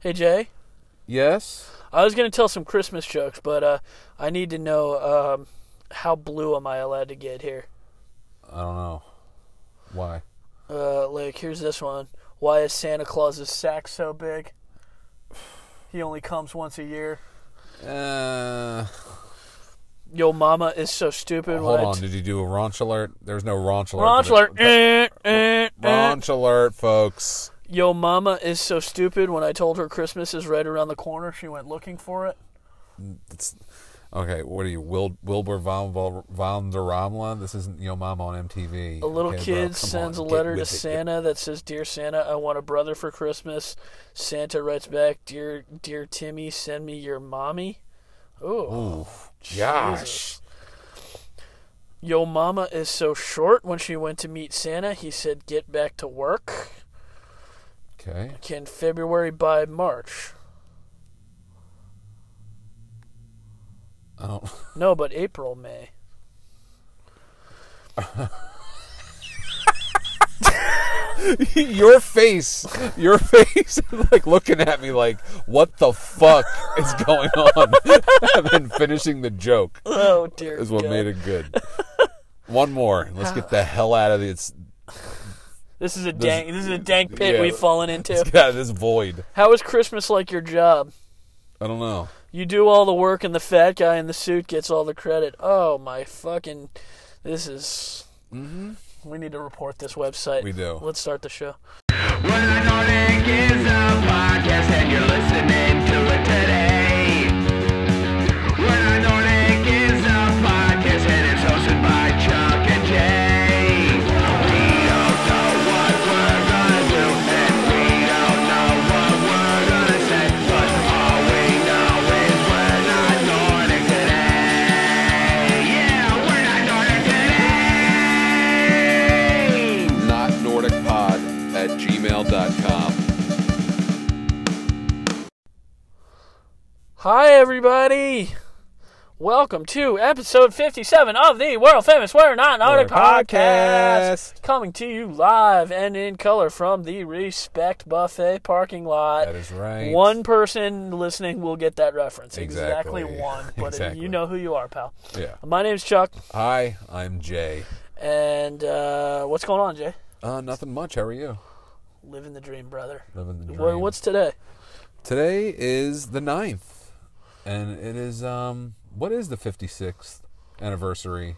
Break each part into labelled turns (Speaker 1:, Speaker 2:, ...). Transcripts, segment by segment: Speaker 1: Hey Jay,
Speaker 2: Yes.
Speaker 1: I was gonna tell some Christmas jokes, but uh, I need to know um, how blue am I allowed to get here?
Speaker 2: I don't know. Why?
Speaker 1: Uh, like here's this one. Why is Santa Claus's sack so big? He only comes once a year.
Speaker 2: Uh,
Speaker 1: Yo mama is so stupid.
Speaker 2: hold
Speaker 1: when I
Speaker 2: on.
Speaker 1: t-
Speaker 2: Did you do a raunch alert? There's no raunch alert.
Speaker 1: Ronch alert. Eh, eh, eh.
Speaker 2: Raunch alert, folks.
Speaker 1: Yo mama is so stupid. When I told her Christmas is right around the corner, she went looking for it.
Speaker 2: It's, okay, what are you, Wil, Wilbur von, Vol- von der Ramla? This isn't Yo Mom on MTV.
Speaker 1: A little
Speaker 2: okay, bro,
Speaker 1: kid
Speaker 2: come
Speaker 1: sends
Speaker 2: on,
Speaker 1: a
Speaker 2: get
Speaker 1: letter to
Speaker 2: with it.
Speaker 1: Santa that says, "Dear Santa, I want a brother for Christmas." Santa writes back, "Dear, dear Timmy, send me your mommy." Ooh.
Speaker 2: Oof. Gosh.
Speaker 1: Yo, mama is so short. When she went to meet Santa, he said, "Get back to work."
Speaker 2: Okay.
Speaker 1: Can February buy March?
Speaker 2: I don't.
Speaker 1: No, but April, May.
Speaker 2: your face, your face, like looking at me, like what the fuck is going on? and then finishing the joke
Speaker 1: Oh dear.
Speaker 2: is what
Speaker 1: God.
Speaker 2: made it good. One more. Let's get the hell out of this.
Speaker 1: This is a dank. This is a dank pit
Speaker 2: Yeah.
Speaker 1: we've fallen into.
Speaker 2: Let's get out of this void.
Speaker 1: How is Christmas like your job?
Speaker 2: I don't know.
Speaker 1: You do all the work, and the fat guy in the suit gets all the credit. Oh my fucking! This is. Mm-hmm. We need to report this website.
Speaker 2: We do.
Speaker 1: Let's start the show.
Speaker 3: Well, I know Nick is a podcast and you're listening to it today. Well, I know Nick is a podcast and it's hosted by Chuck and Jay. We don't know what we're gonna do and we don't know what we're gonna say, but all we know is we're not Nordic today. Yeah, we're not Nordic today.
Speaker 4: not nordicpod at gmail.com.
Speaker 1: Hi everybody! Welcome to episode 57 of the world famous We're Not Nordic
Speaker 2: We're
Speaker 1: podcast.
Speaker 2: podcast.
Speaker 1: Coming to you live and in color from the Respect Buffet parking lot.
Speaker 2: That is right.
Speaker 1: One person listening will get that reference.
Speaker 2: Exactly.
Speaker 1: one. But
Speaker 2: Exactly.
Speaker 1: you know who you are, pal.
Speaker 2: Yeah.
Speaker 1: My name's Chuck,
Speaker 2: Hi, I'm Jay.
Speaker 1: and uh, what's going on, Jay?
Speaker 2: Uh, nothing much. How are you?
Speaker 1: Living the dream, brother.
Speaker 2: Living the dream.
Speaker 1: What, what's today?
Speaker 2: Today is the 9th, and it is um. What is the 56th anniversary?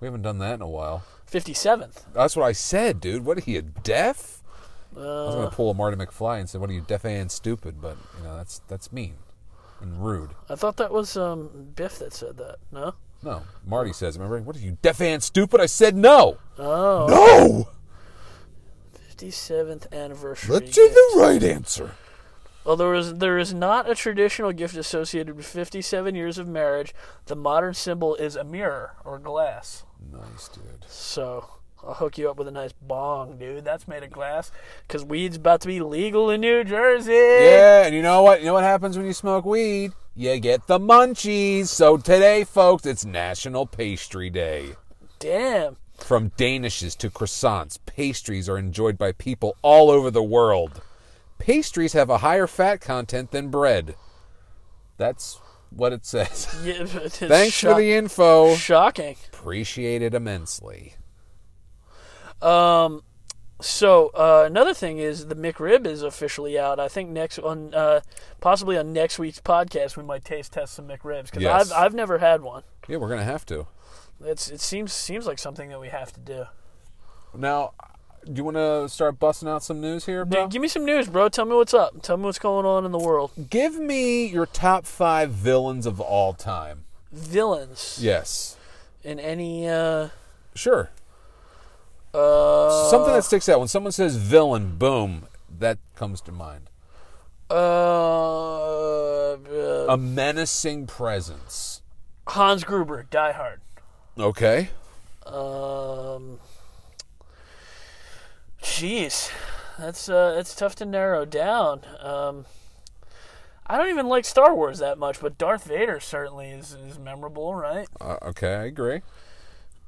Speaker 2: We haven't done that in a while.
Speaker 1: 57th.
Speaker 2: That's what I said, dude. What are you deaf? I was
Speaker 1: Uh,
Speaker 2: gonna pull a Marty McFly and say, "What are you deaf and stupid?" But you know, that's that's mean and rude.
Speaker 1: I thought that was um, Biff that said that, no?
Speaker 2: No, Marty says. Remember, what are you deaf and stupid? I said no.
Speaker 1: Oh.
Speaker 2: No.
Speaker 1: 57th anniversary.
Speaker 2: Let's do
Speaker 1: gift.
Speaker 2: the right answer.
Speaker 1: Although there is, there is not a traditional gift associated with 57 years of marriage, the modern symbol is a mirror or glass.
Speaker 2: Nice, dude.
Speaker 1: So I'll hook you up with a nice bong, dude. That's made of glass. Because weed's about to be legal in New Jersey.
Speaker 2: Yeah, and you know what? You know what happens when you smoke weed? You get the munchies. So today, folks, it's National Pastry Day.
Speaker 1: Damn.
Speaker 2: From danishes to croissants, pastries are enjoyed by people all over the world. Pastries have a higher fat content than bread. That's what it says.
Speaker 1: Yeah, it's
Speaker 2: Thanks
Speaker 1: shock-
Speaker 2: for the info.
Speaker 1: Shocking.
Speaker 2: Appreciate it immensely.
Speaker 1: So uh, another thing is the McRib is officially out. I think next on uh, possibly on next week's podcast we might taste test some McRibs because
Speaker 2: Yes.
Speaker 1: I've I've never had one.
Speaker 2: Yeah, we're gonna have to.
Speaker 1: It's it seems seems like something that we have to do.
Speaker 2: Now, do you want to start busting out some news here,
Speaker 1: Dude,
Speaker 2: bro?
Speaker 1: give me some news, bro. Tell me what's up. Tell me what's going on in the world.
Speaker 2: Give me your top five villains of all time.
Speaker 1: Villains
Speaker 2: Yes.
Speaker 1: in any uh
Speaker 2: Sure.
Speaker 1: uh
Speaker 2: Something that sticks out. When someone says villain, boom, that comes to mind.
Speaker 1: uh, uh,
Speaker 2: A menacing presence.
Speaker 1: Hans Gruber, Die Hard.
Speaker 2: Okay.
Speaker 1: Um Jeez. That's uh that's tough to narrow down. Um I don't even like Star Wars that much, but Darth Vader certainly is, is memorable, right?
Speaker 2: Uh, okay, I agree.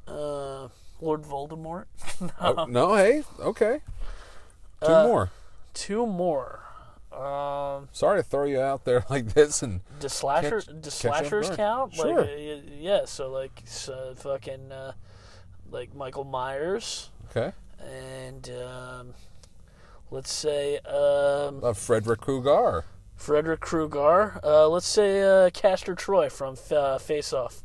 Speaker 1: Uh Lord Voldemort. Uh-huh. Uh,
Speaker 2: Oh, no, hey, okay. Two more.
Speaker 1: Two more. Um,
Speaker 2: Sorry to throw you out there like this, and
Speaker 1: do slasher
Speaker 2: Catch-
Speaker 1: do
Speaker 2: catch
Speaker 1: slashers
Speaker 2: off guard.
Speaker 1: count?
Speaker 2: Sure.
Speaker 1: Like, uh, y- yeah. So like so fucking uh, like Michael Myers
Speaker 2: okay,
Speaker 1: and um, let's say um,
Speaker 2: uh, Frederick Cougar.
Speaker 1: Frederick Krueger. Uh, let's say uh, Castor Troy from uh, Face Off.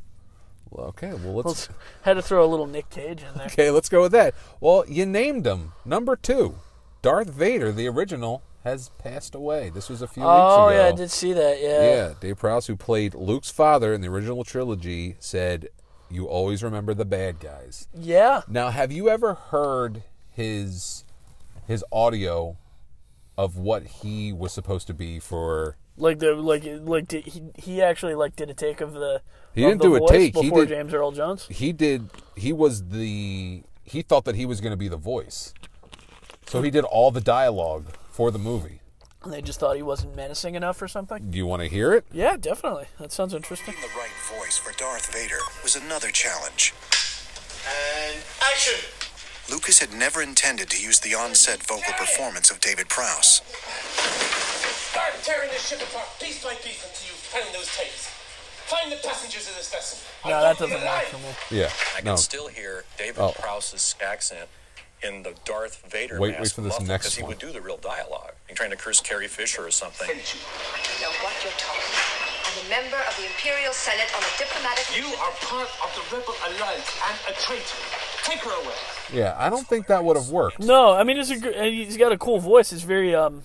Speaker 2: Well, Okay, well let's,
Speaker 1: Let's had to throw a little Nick Cage in there.
Speaker 2: okay let's go with that. Well, you named him number two, Darth Vader, the original, has passed away. This was a few
Speaker 1: Oh
Speaker 2: weeks ago.
Speaker 1: yeah, I did see that. Yeah.
Speaker 2: Yeah, Dave Prowse, who played Luke's father in the original trilogy, said, "You always remember the bad guys."
Speaker 1: Yeah.
Speaker 2: Now, have you ever heard his his audio of what he was supposed to be for?
Speaker 1: Like the like like did, he he actually like did a take of the
Speaker 2: He
Speaker 1: of
Speaker 2: didn't
Speaker 1: the
Speaker 2: do a
Speaker 1: voice
Speaker 2: take, he
Speaker 1: before
Speaker 2: did-
Speaker 1: James Earl Jones.
Speaker 2: He did. He was the. He thought that he was going to be the voice, so he did all the dialogue for the movie.
Speaker 1: And they just thought he wasn't menacing enough or something.
Speaker 2: Do you want to hear it?
Speaker 1: Yeah, definitely. That sounds interesting.
Speaker 5: Finding the right voice for Darth Vader was another challenge.
Speaker 6: And action!
Speaker 5: Lucas had never intended to use the on-set vocal performance of David Prowse.
Speaker 6: Start tearing this ship apart piece by piece until you find those tapes. Find the passengers of this vessel. I
Speaker 1: No, that
Speaker 6: want them
Speaker 1: doesn't work
Speaker 6: alive.
Speaker 1: for me.
Speaker 2: Yeah.
Speaker 7: I can
Speaker 2: No.
Speaker 7: still hear David
Speaker 2: Oh.
Speaker 7: Prowse's accent in the Darth Vader
Speaker 2: Wait-
Speaker 7: mask.
Speaker 2: wait for this
Speaker 7: muffled,
Speaker 2: next
Speaker 7: 'cause he
Speaker 2: one.
Speaker 7: would do the real dialogue. He trying to curse Carrie Fisher or something.
Speaker 6: Sent you.
Speaker 8: know what you're talking about. I'm a member of the Imperial Senate on a diplomatic.
Speaker 6: You are part of the Rebel Alliance and a traitor. Take her away.
Speaker 2: Yeah. I don't think that would have worked.
Speaker 1: No, I mean, it's a, gr- and he's got a cool voice. It's very um,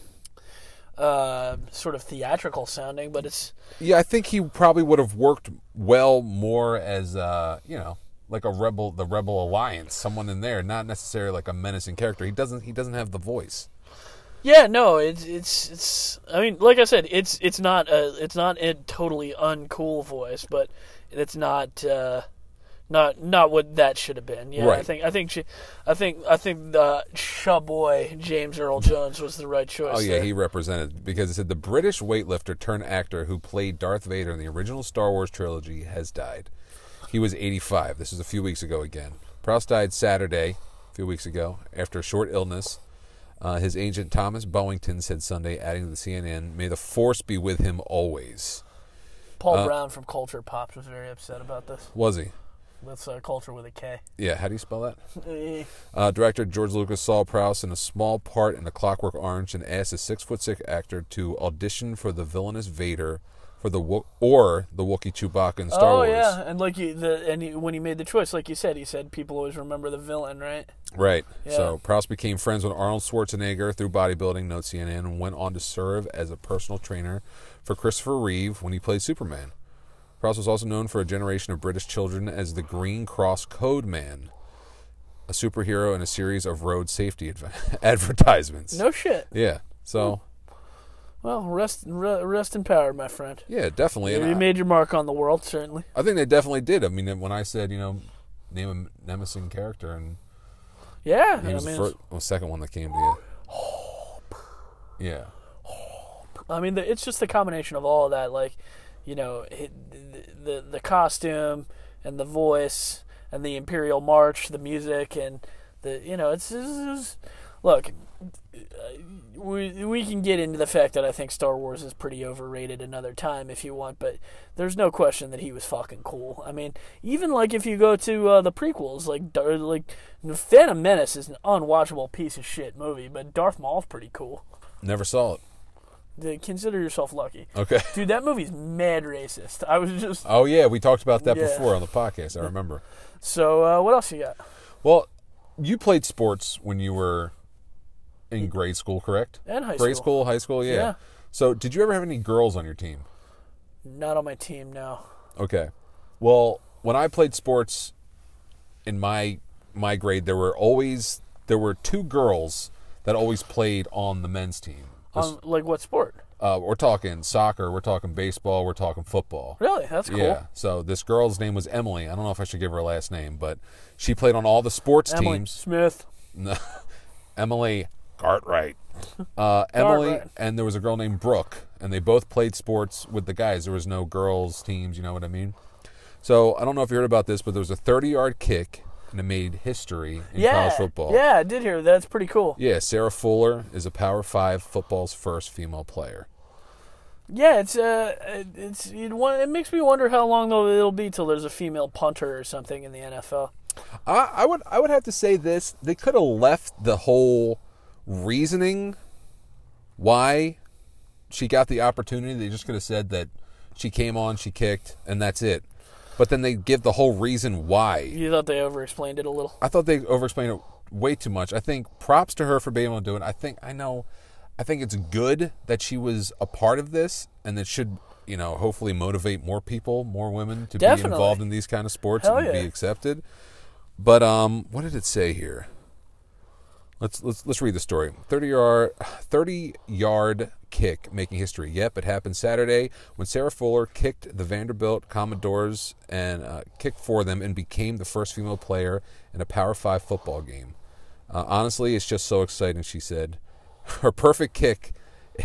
Speaker 1: uh, sort of theatrical sounding, but it's
Speaker 2: Yeah, I think he probably would have worked well more as uh, you know, like a rebel, the rebel alliance, someone in there, not necessarily like a menacing character. He doesn't, he doesn't have the voice.
Speaker 1: yeah, no, it's it's it's. I mean, like I said, it's it's not a it's not a totally uncool voice, but it's not uh, not not what that should have been. Yeah, I
Speaker 2: Right.
Speaker 1: think I think she, I think I think the boy James Earl Jones was the right choice.
Speaker 2: Oh yeah,
Speaker 1: there.
Speaker 2: he represented because it said the British weightlifter turned actor who played Darth Vader in the original Star Wars trilogy has died. He was 85. This is a few weeks ago again. Proust died Saturday, a few weeks ago, after a short illness. Uh, his agent Thomas Bowington said Sunday, adding to the CNN, "May the force be with him always."
Speaker 1: Paul
Speaker 2: uh,
Speaker 1: Brown from Culture Pops was very upset about this.
Speaker 2: Was he?
Speaker 1: That's uh, Culture with a K.
Speaker 2: Yeah, how do you spell that?
Speaker 1: Eh.
Speaker 2: Uh, director George Lucas saw Prowse in a small part in A Clockwork Orange and asked the six foot six actor to audition for the villainous Vader, for the Wo- or the Wookiee Chewbacca in Star
Speaker 1: oh
Speaker 2: Wars.
Speaker 1: yeah, and like you, the and he, when he made the choice, like you said, he said people always remember the villain, right?
Speaker 2: Right.
Speaker 1: Yeah.
Speaker 2: So Prowse became friends with Arnold Schwarzenegger through bodybuilding, notes CNN, and went on to serve as a personal trainer for Christopher Reeve when he played Superman. Prowse was also known for a generation of British children as the Green Cross Code Man, a superhero in a series of road safety adv- advertisements.
Speaker 1: No shit.
Speaker 2: Yeah. So
Speaker 1: Well, rest re, rest in power, my friend.
Speaker 2: yeah, definitely.
Speaker 1: You
Speaker 2: And I,
Speaker 1: made your mark on the world, certainly.
Speaker 2: I think they definitely did. I mean, when I said you know, name a nemesing character, and
Speaker 1: Yeah,
Speaker 2: he was
Speaker 1: I mean,
Speaker 2: the first, well, second one that came to you. Yeah.
Speaker 1: I mean, the, it's just the combination of all of that, like you know, it, the, the the costume and the voice and the imperial march, the music and the you know, it's, it's, it's look. We, we can get into the fact that I think Star Wars is pretty overrated another time if you want, but there's no question that he was fucking cool. I mean, even like if you go to uh, the prequels, like Dar- like Phantom Menace is an unwatchable piece of shit movie, but Darth Maul's pretty cool.
Speaker 2: Never saw it.
Speaker 1: Th- Consider yourself lucky.
Speaker 2: Okay.
Speaker 1: Dude, that movie's mad racist. I was just
Speaker 2: Oh yeah, we talked about that
Speaker 1: Yeah.
Speaker 2: before on the podcast. I remember.
Speaker 1: so. Uh, what else you got?
Speaker 2: Well, you played sports when you were in grade school, correct?
Speaker 1: And high school.
Speaker 2: grade school, high school, yeah.
Speaker 1: Yeah.
Speaker 2: So, did you ever have any girls on your team?
Speaker 1: Not on my team now.
Speaker 2: Okay. Well, when I played sports in my my grade, there were always there were two girls that always played on the men's team.
Speaker 1: Um, like what sport?
Speaker 2: Uh, we're talking soccer, we're talking baseball, we're talking football.
Speaker 1: Really? That's cool.
Speaker 2: Yeah. So this girl's name was Emily. I don't know if I should give her last name, but she played on all the sports
Speaker 1: Emily
Speaker 2: teams.
Speaker 1: Smith.
Speaker 2: No, Emily Cartwright. Uh, Emily
Speaker 1: Cartwright.
Speaker 2: and there was a girl named Brooke, and they both played sports with the guys. There was no girls teams. You know what I mean? So I don't know if you heard about this, but there was a 30 yard kick and it made history in
Speaker 1: yeah,
Speaker 2: college football.
Speaker 1: yeah, I did hear that. that's pretty cool.
Speaker 2: Yeah, Sarah Fuller is a Power Five football's first female player.
Speaker 1: Yeah, it's uh, it- it's it, it makes me wonder how long though it'll be till there's a female punter or something in the NFL.
Speaker 2: I, I would I would have to say this: they could have left the whole reasoning why she got the opportunity. They just could have said that she came on, she kicked, and that's it. But then they give the whole reason why.
Speaker 1: You thought they overexplained it a little.
Speaker 2: I thought they overexplained it way too much. I think props to her for being able to do it. I think I know. I think it's good that she was a part of this, and it should you know hopefully motivate more people, more women to be
Speaker 1: Definitely.
Speaker 2: involved in these kind of sports
Speaker 1: Hell
Speaker 2: and be
Speaker 1: yeah.
Speaker 2: accepted. But um, what did it say here? Let's let's let's read the story. Thirty yard, thirty yard kick making history. Yep, it happened Saturday when Sarah Fuller kicked the Vanderbilt Commodores and uh, kicked for them and became the first female player in a Power Five football game. Uh, honestly, it's just so exciting. She said, her perfect kick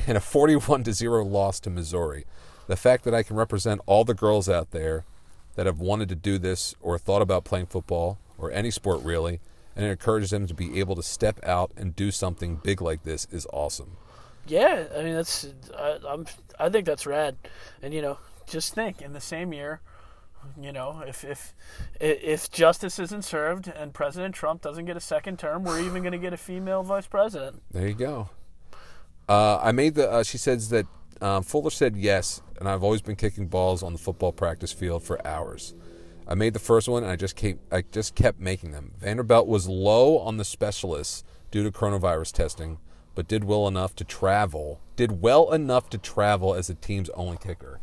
Speaker 2: in a forty-one to zero loss to Missouri. The fact that I can represent all the girls out there that have wanted to do this or thought about playing football or any sport really, and it encourages them to be able to step out and do something big like this is awesome.
Speaker 1: Yeah, I mean that's I, I'm I think that's rad, and you know just think in the same year, you know if if i- if justice isn't served and President Trump doesn't get a second term, we're even going to get a female vice president.
Speaker 2: There you go. Uh, I made the. Uh, she says that um, Fuller said yes, and I've always been kicking balls on the football practice field for hours. I made the first one, and I just kept I just kept making them. Vanderbilt was low on the specialists due to coronavirus testing, but did well enough to travel. Did well enough to travel as the team's only kicker.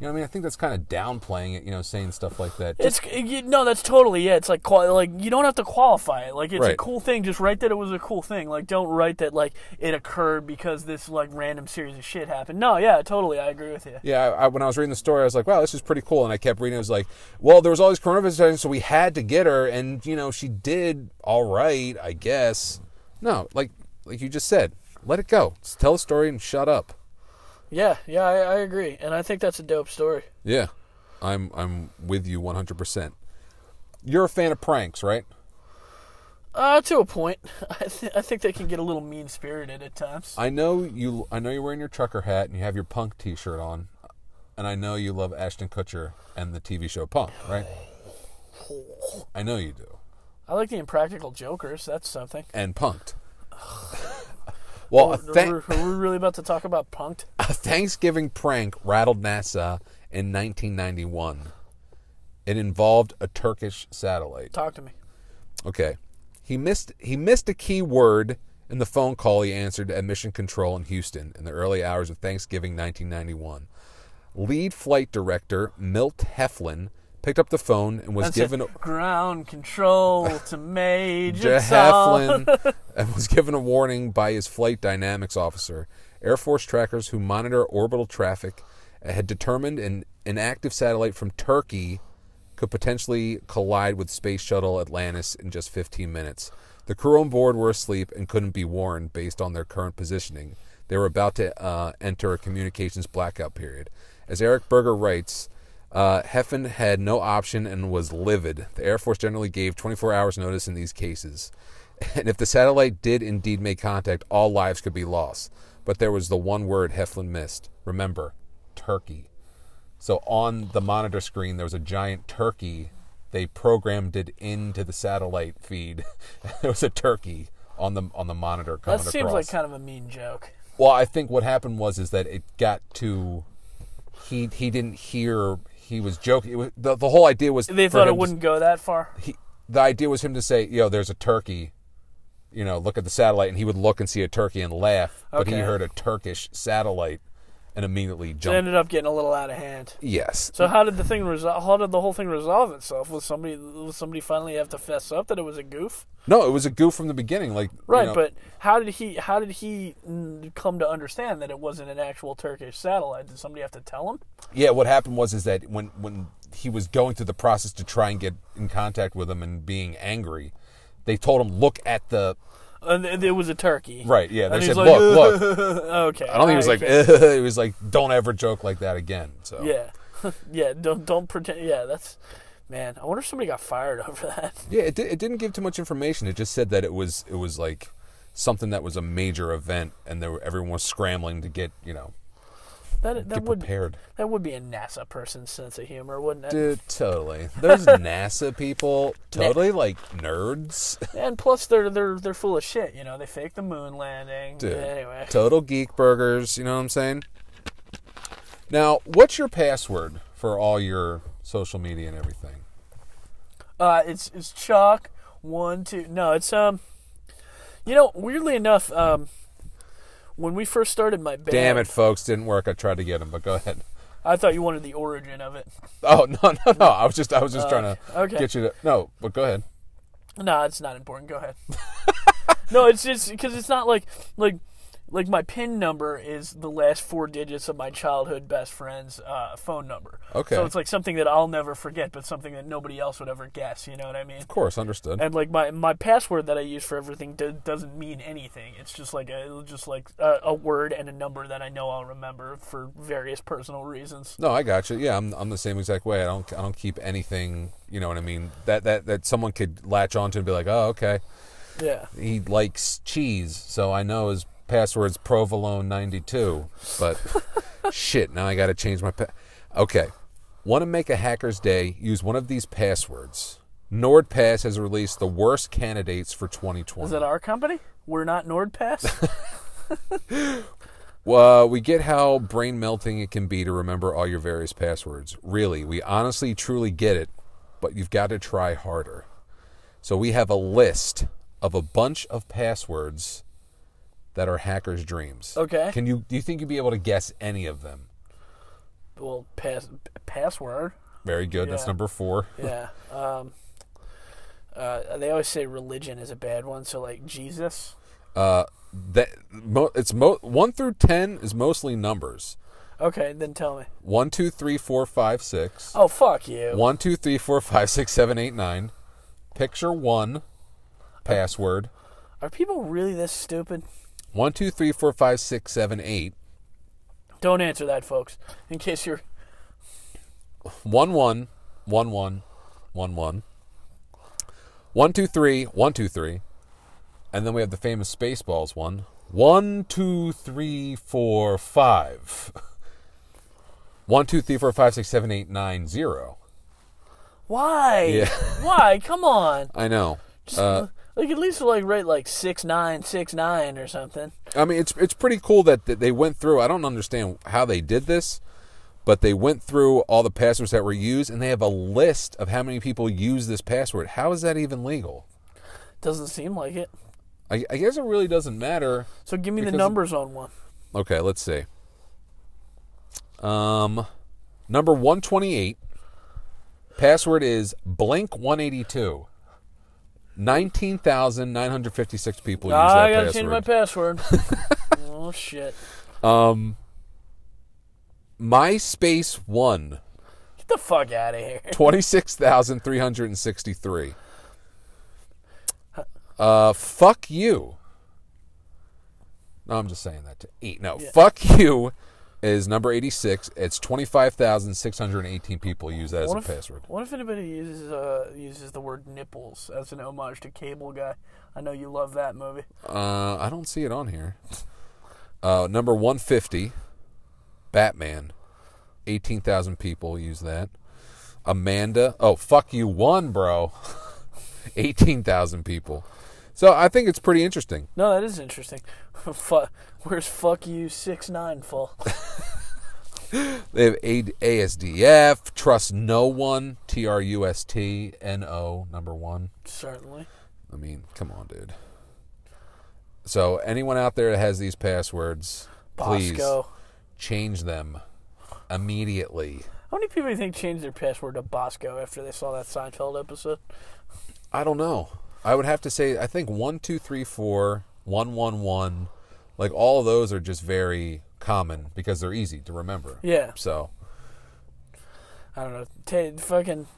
Speaker 2: You know, what I mean, I think that's kind of downplaying it. You know, saying stuff like that.
Speaker 1: It's you, no, that's totally yeah. It's like quali- like you don't have to qualify it. Like it's a
Speaker 2: Right.
Speaker 1: cool thing. Just write that it was a cool thing. Like don't write that like it occurred because this like random series of shit happened. No, yeah, totally, I agree with you.
Speaker 2: Yeah, I, I, when I was reading the story, I was like, "Wow, this is pretty cool." And I kept reading. I was like, "Well, there was all these coronavirus, testing, so we had to get her, and you know, she did all right, I guess." No, like like you just said, let it go. Just tell the story and shut up.
Speaker 1: Yeah, yeah, I, I agree, and I think that's a dope story.
Speaker 2: Yeah, I'm I'm with you 100. percent You're a fan of pranks, right?
Speaker 1: Uh, to a point. I, th- I think they can get a little mean spirited at times.
Speaker 2: I know you. I know you're wearing your trucker hat and you have your punk T-shirt on, and I know you love Ashton Kutcher and the TV show Punk, right? I know you do.
Speaker 1: I like the Impractical Jokers. That's something.
Speaker 2: and punked. well, a, Oh, thank-
Speaker 1: Are, we, are we really about to talk about punked?
Speaker 2: a Thanksgiving prank rattled NASA in 1991. It involved a Turkish satellite.
Speaker 1: Talk to me.
Speaker 2: Okay, he missed he missed a key word in the phone call he answered at Mission Control in Houston in the early hours of Thanksgiving 1991. Lead flight director Milt Heflin picked up the phone and was
Speaker 1: That's
Speaker 2: given.
Speaker 1: it. ground control to Major
Speaker 2: Jeff
Speaker 1: Tom.
Speaker 2: Heflin and was given a warning by his flight dynamics officer. Air Force trackers who monitor orbital traffic had determined an inactive satellite from Turkey could potentially collide with Space Shuttle Atlantis in just 15 minutes. The crew on board were asleep and couldn't be warned based on their current positioning. They were about to uh, enter a communications blackout period. As Eric Berger writes, uh, Heffen had no option and was livid. The Air Force generally gave 24 hours notice in these cases. And if the satellite did indeed make contact, all lives could be lost. But there was the one word Heflin missed. Remember, Turkey. So on the monitor screen, there was a giant turkey. They programmed it into the satellite feed. there was a turkey on the on the monitor coming
Speaker 1: That seems
Speaker 2: across.
Speaker 1: like kind of a mean joke.
Speaker 2: Well, I think what happened was is that it got to he he didn't hear he was joking. It was, the the whole idea was
Speaker 1: They
Speaker 2: for
Speaker 1: thought
Speaker 2: him
Speaker 1: it
Speaker 2: to-
Speaker 1: wouldn't go that far.
Speaker 2: he, the idea was him to say, "Yo, there's a turkey." You know, look at the satellite, and he would look and see a turkey and laugh. But he
Speaker 1: Okay.
Speaker 2: heard a Turkish satellite, and immediately
Speaker 1: It
Speaker 2: jumped.
Speaker 1: ended up getting a little out of hand.
Speaker 2: yes,
Speaker 1: So how did the thing resolve? How did the whole thing resolve itself? Was somebody was somebody finally have to fess up that it was a goof?
Speaker 2: no, it was a goof from the beginning. Like you
Speaker 1: Right,
Speaker 2: know-
Speaker 1: but how did he how did he mm, come to understand that it wasn't an actual Turkish satellite? Did somebody have to tell him?
Speaker 2: Yeah, what happened was is that when when he was going through the process to try and get in contact with him and being angry, they told him look at the
Speaker 1: And it it was a turkey.
Speaker 2: right. Yeah,
Speaker 1: And
Speaker 2: they
Speaker 1: he's
Speaker 2: said
Speaker 1: like,
Speaker 2: look, look.
Speaker 1: Okay.
Speaker 2: I don't think he was like
Speaker 1: okay.
Speaker 2: he was like don't ever joke like that again. So
Speaker 1: yeah, yeah. Don't don't pretend. Yeah, that's Man, I wonder if somebody got fired over that.
Speaker 2: Yeah, it, di- it didn't give too much information. It just said that it was it was like something that was a major event, and there were, everyone was scrambling to get you know
Speaker 1: That that
Speaker 2: get
Speaker 1: would
Speaker 2: prepared.
Speaker 1: that would be a NASA person's sense of humor, wouldn't it?
Speaker 2: Dude, totally. Those NASA people, totally like nerds.
Speaker 1: And plus, they're they're they're full of shit. You know, they fake the moon landing.
Speaker 2: Dude,
Speaker 1: Anyway,
Speaker 2: total geek burgers. You know what I'm saying? Now, what's your password for all your social media and everything?
Speaker 1: uh, it's it's chalk one two. No, it's um, you know, weirdly enough, um, when we first started my band,
Speaker 2: Damn it, folks, didn't work. I tried to get him, but go ahead.
Speaker 1: I thought you wanted the origin of it.
Speaker 2: Oh no, no, no! I was just, I was just trying to
Speaker 1: Uh, okay.
Speaker 2: get you to no, but go ahead.
Speaker 1: No, it's not important. Go ahead. no, it's just because it's not like like like my pin number is the last four digits of my childhood best friend's uh, phone number.
Speaker 2: Okay.
Speaker 1: So it's like something that I'll never forget, but something that nobody else would ever guess. You know what I mean?
Speaker 2: Of course, understood.
Speaker 1: And like my, my password that I use for everything do, doesn't mean anything. It's just like a just like a, a word and a number that I know I'll remember for various personal reasons.
Speaker 2: No, I got you. Yeah, I'm I'm the same exact way. I don't I don't keep anything. You know what I mean? That that that someone could latch onto and be like, oh, okay,
Speaker 1: Yeah.
Speaker 2: he likes cheese, so I know his password's provolone ninety two. But shit, now I got to change my. Pa- okay, want to make a hacker's day? Use one of these passwords. NordPass has released the worst candidates for 2020.
Speaker 1: Is it our company? We're not NordPass.
Speaker 2: Well, we get how brain melting it can be to remember all your various passwords. Really, we honestly, truly get it, but you've got to try harder. So we have a list of a bunch of passwords that are hackers' dreams.
Speaker 1: Okay.
Speaker 2: Can you do you think you'd be able to guess any of them?
Speaker 1: well, pass password.
Speaker 2: Very good. That's
Speaker 1: Yeah.
Speaker 2: number four.
Speaker 1: Yeah. Um, uh, they always say religion is a bad one, so like Jesus.
Speaker 2: That mo, it's mo, one through ten is mostly numbers.
Speaker 1: Okay, then tell me.
Speaker 2: One, two, three, four, five, six.
Speaker 1: Oh fuck you.
Speaker 2: One, two, three, four, five, six, seven, eight, nine. Picture one. Password.
Speaker 1: Are people really this stupid?
Speaker 2: One, two, three, four, five, six, seven, eight.
Speaker 1: Don't answer that, folks. In case you're
Speaker 2: One, one, one, one, one, one. One, two, three, one, two, three. And then we have the famous Spaceballs one. One, two, three, four, five. One, two, three, four, five, six, seven, eight, nine, zero.
Speaker 1: why?
Speaker 2: Yeah.
Speaker 1: why? Come on.
Speaker 2: I know.
Speaker 1: Just, Uh, like at least like rate like six nine six nine or something.
Speaker 2: I mean, it's it's pretty cool that, that they went through. I don't understand how they did this, but they went through all the passwords that were used, and they have a list of how many people use this password. How is that even legal?
Speaker 1: Doesn't seem like it.
Speaker 2: I, I guess it really doesn't matter.
Speaker 1: So give me the
Speaker 2: Because-
Speaker 1: numbers on one.
Speaker 2: Okay, let's see. Um, number one twenty eight. Password is blank one eighty two. Nineteen thousand nine hundred fifty six people use
Speaker 1: Ah,
Speaker 2: that
Speaker 1: I gotta
Speaker 2: password.
Speaker 1: change my password. oh shit.
Speaker 2: MySpace one.
Speaker 1: Get the fuck out of here.
Speaker 2: 26,363. Uh, fuck you. No, I'm just saying that to eat. No, fuck you is number 86. It's 25,618 people use that as a
Speaker 1: What if,
Speaker 2: password.
Speaker 1: What if anybody uses uh, uses the word nipples as an homage to Cable Guy? I know you love that movie.
Speaker 2: Uh, I don't see it on here. Uh, number 150, Batman. 18,000 people use that. Amanda. Oh, fuck you, one, bro. 18,000 people. So I think it's pretty interesting.
Speaker 1: No, that is interesting. Fu- Where's fuck you six nine full?
Speaker 2: They have A- ASDF, Trust No One, T R U S T N O, number one.
Speaker 1: Certainly.
Speaker 2: I mean, come on, dude. So anyone out there that has these passwords, please
Speaker 1: Bosco.
Speaker 2: change them immediately.
Speaker 1: How many people do you think changed their password to Bosco after they saw that Seinfeld episode?
Speaker 2: I don't know. I would have to say I think one, two, three, four, one, one, one, like all of those are just very common because they're easy to remember.
Speaker 1: Yeah.
Speaker 2: So
Speaker 1: I don't know. Ta fucking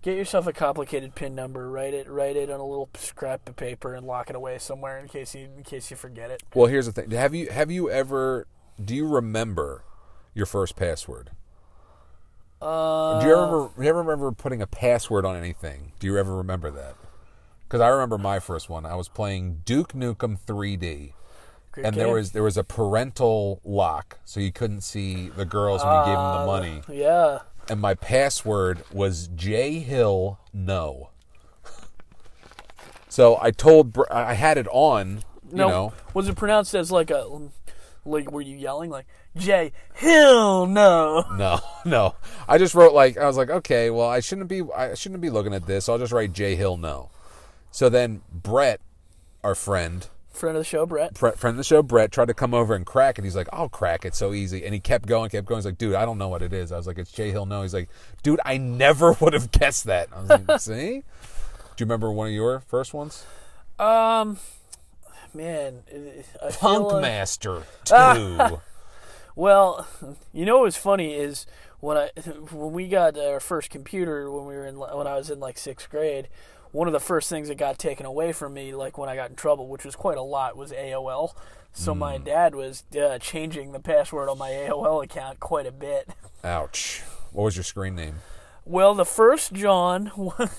Speaker 1: get yourself a complicated pin number. Write it. Write it on a little scrap of paper and lock it away somewhere in case you in case you forget it.
Speaker 2: well here's the thing. Have you have you ever do you remember your first password? do you ever do you ever remember putting a password on anything? Do you ever remember that? Because I remember my first one. I was playing Duke Nukem 3D,
Speaker 1: Great
Speaker 2: and there
Speaker 1: game.
Speaker 2: was there was a parental lock, so you couldn't see the girls when you gave them the money.
Speaker 1: yeah.
Speaker 2: And my password was J Hill No. So I told Br- I had it on, you
Speaker 1: No,
Speaker 2: know.
Speaker 1: was it pronounced as like a like were you yelling like Jay Hill? No,
Speaker 2: No, no. I just wrote like I was like, okay, well, I shouldn't be I shouldn't be looking at this. I'll just write J Hill no. So then Brett, our friend,
Speaker 1: friend of the show, Brett.
Speaker 2: Brett, friend of the show, Brett, tried to come over and crack it. He's like, I'll crack it so easy. And he kept going, kept going. He's like, dude, I don't know what it is. I was like, it's J Hill no. He's like, dude, I never would have guessed that. I was like, see. Do you remember one of your first ones?
Speaker 1: Man, it- I feel uh,
Speaker 2: Punk
Speaker 1: like-
Speaker 2: Master 2.
Speaker 1: Well, you know what was funny is when I when we got our first computer when we were in when I was in like sixth grade. One of the first things that got taken away from me, like when I got in trouble, which was quite a lot, was AOL. So my dad was uh, changing the password on my AOL account quite a bit.
Speaker 2: Ouch. What was your screen name?
Speaker 1: Well, the first John was,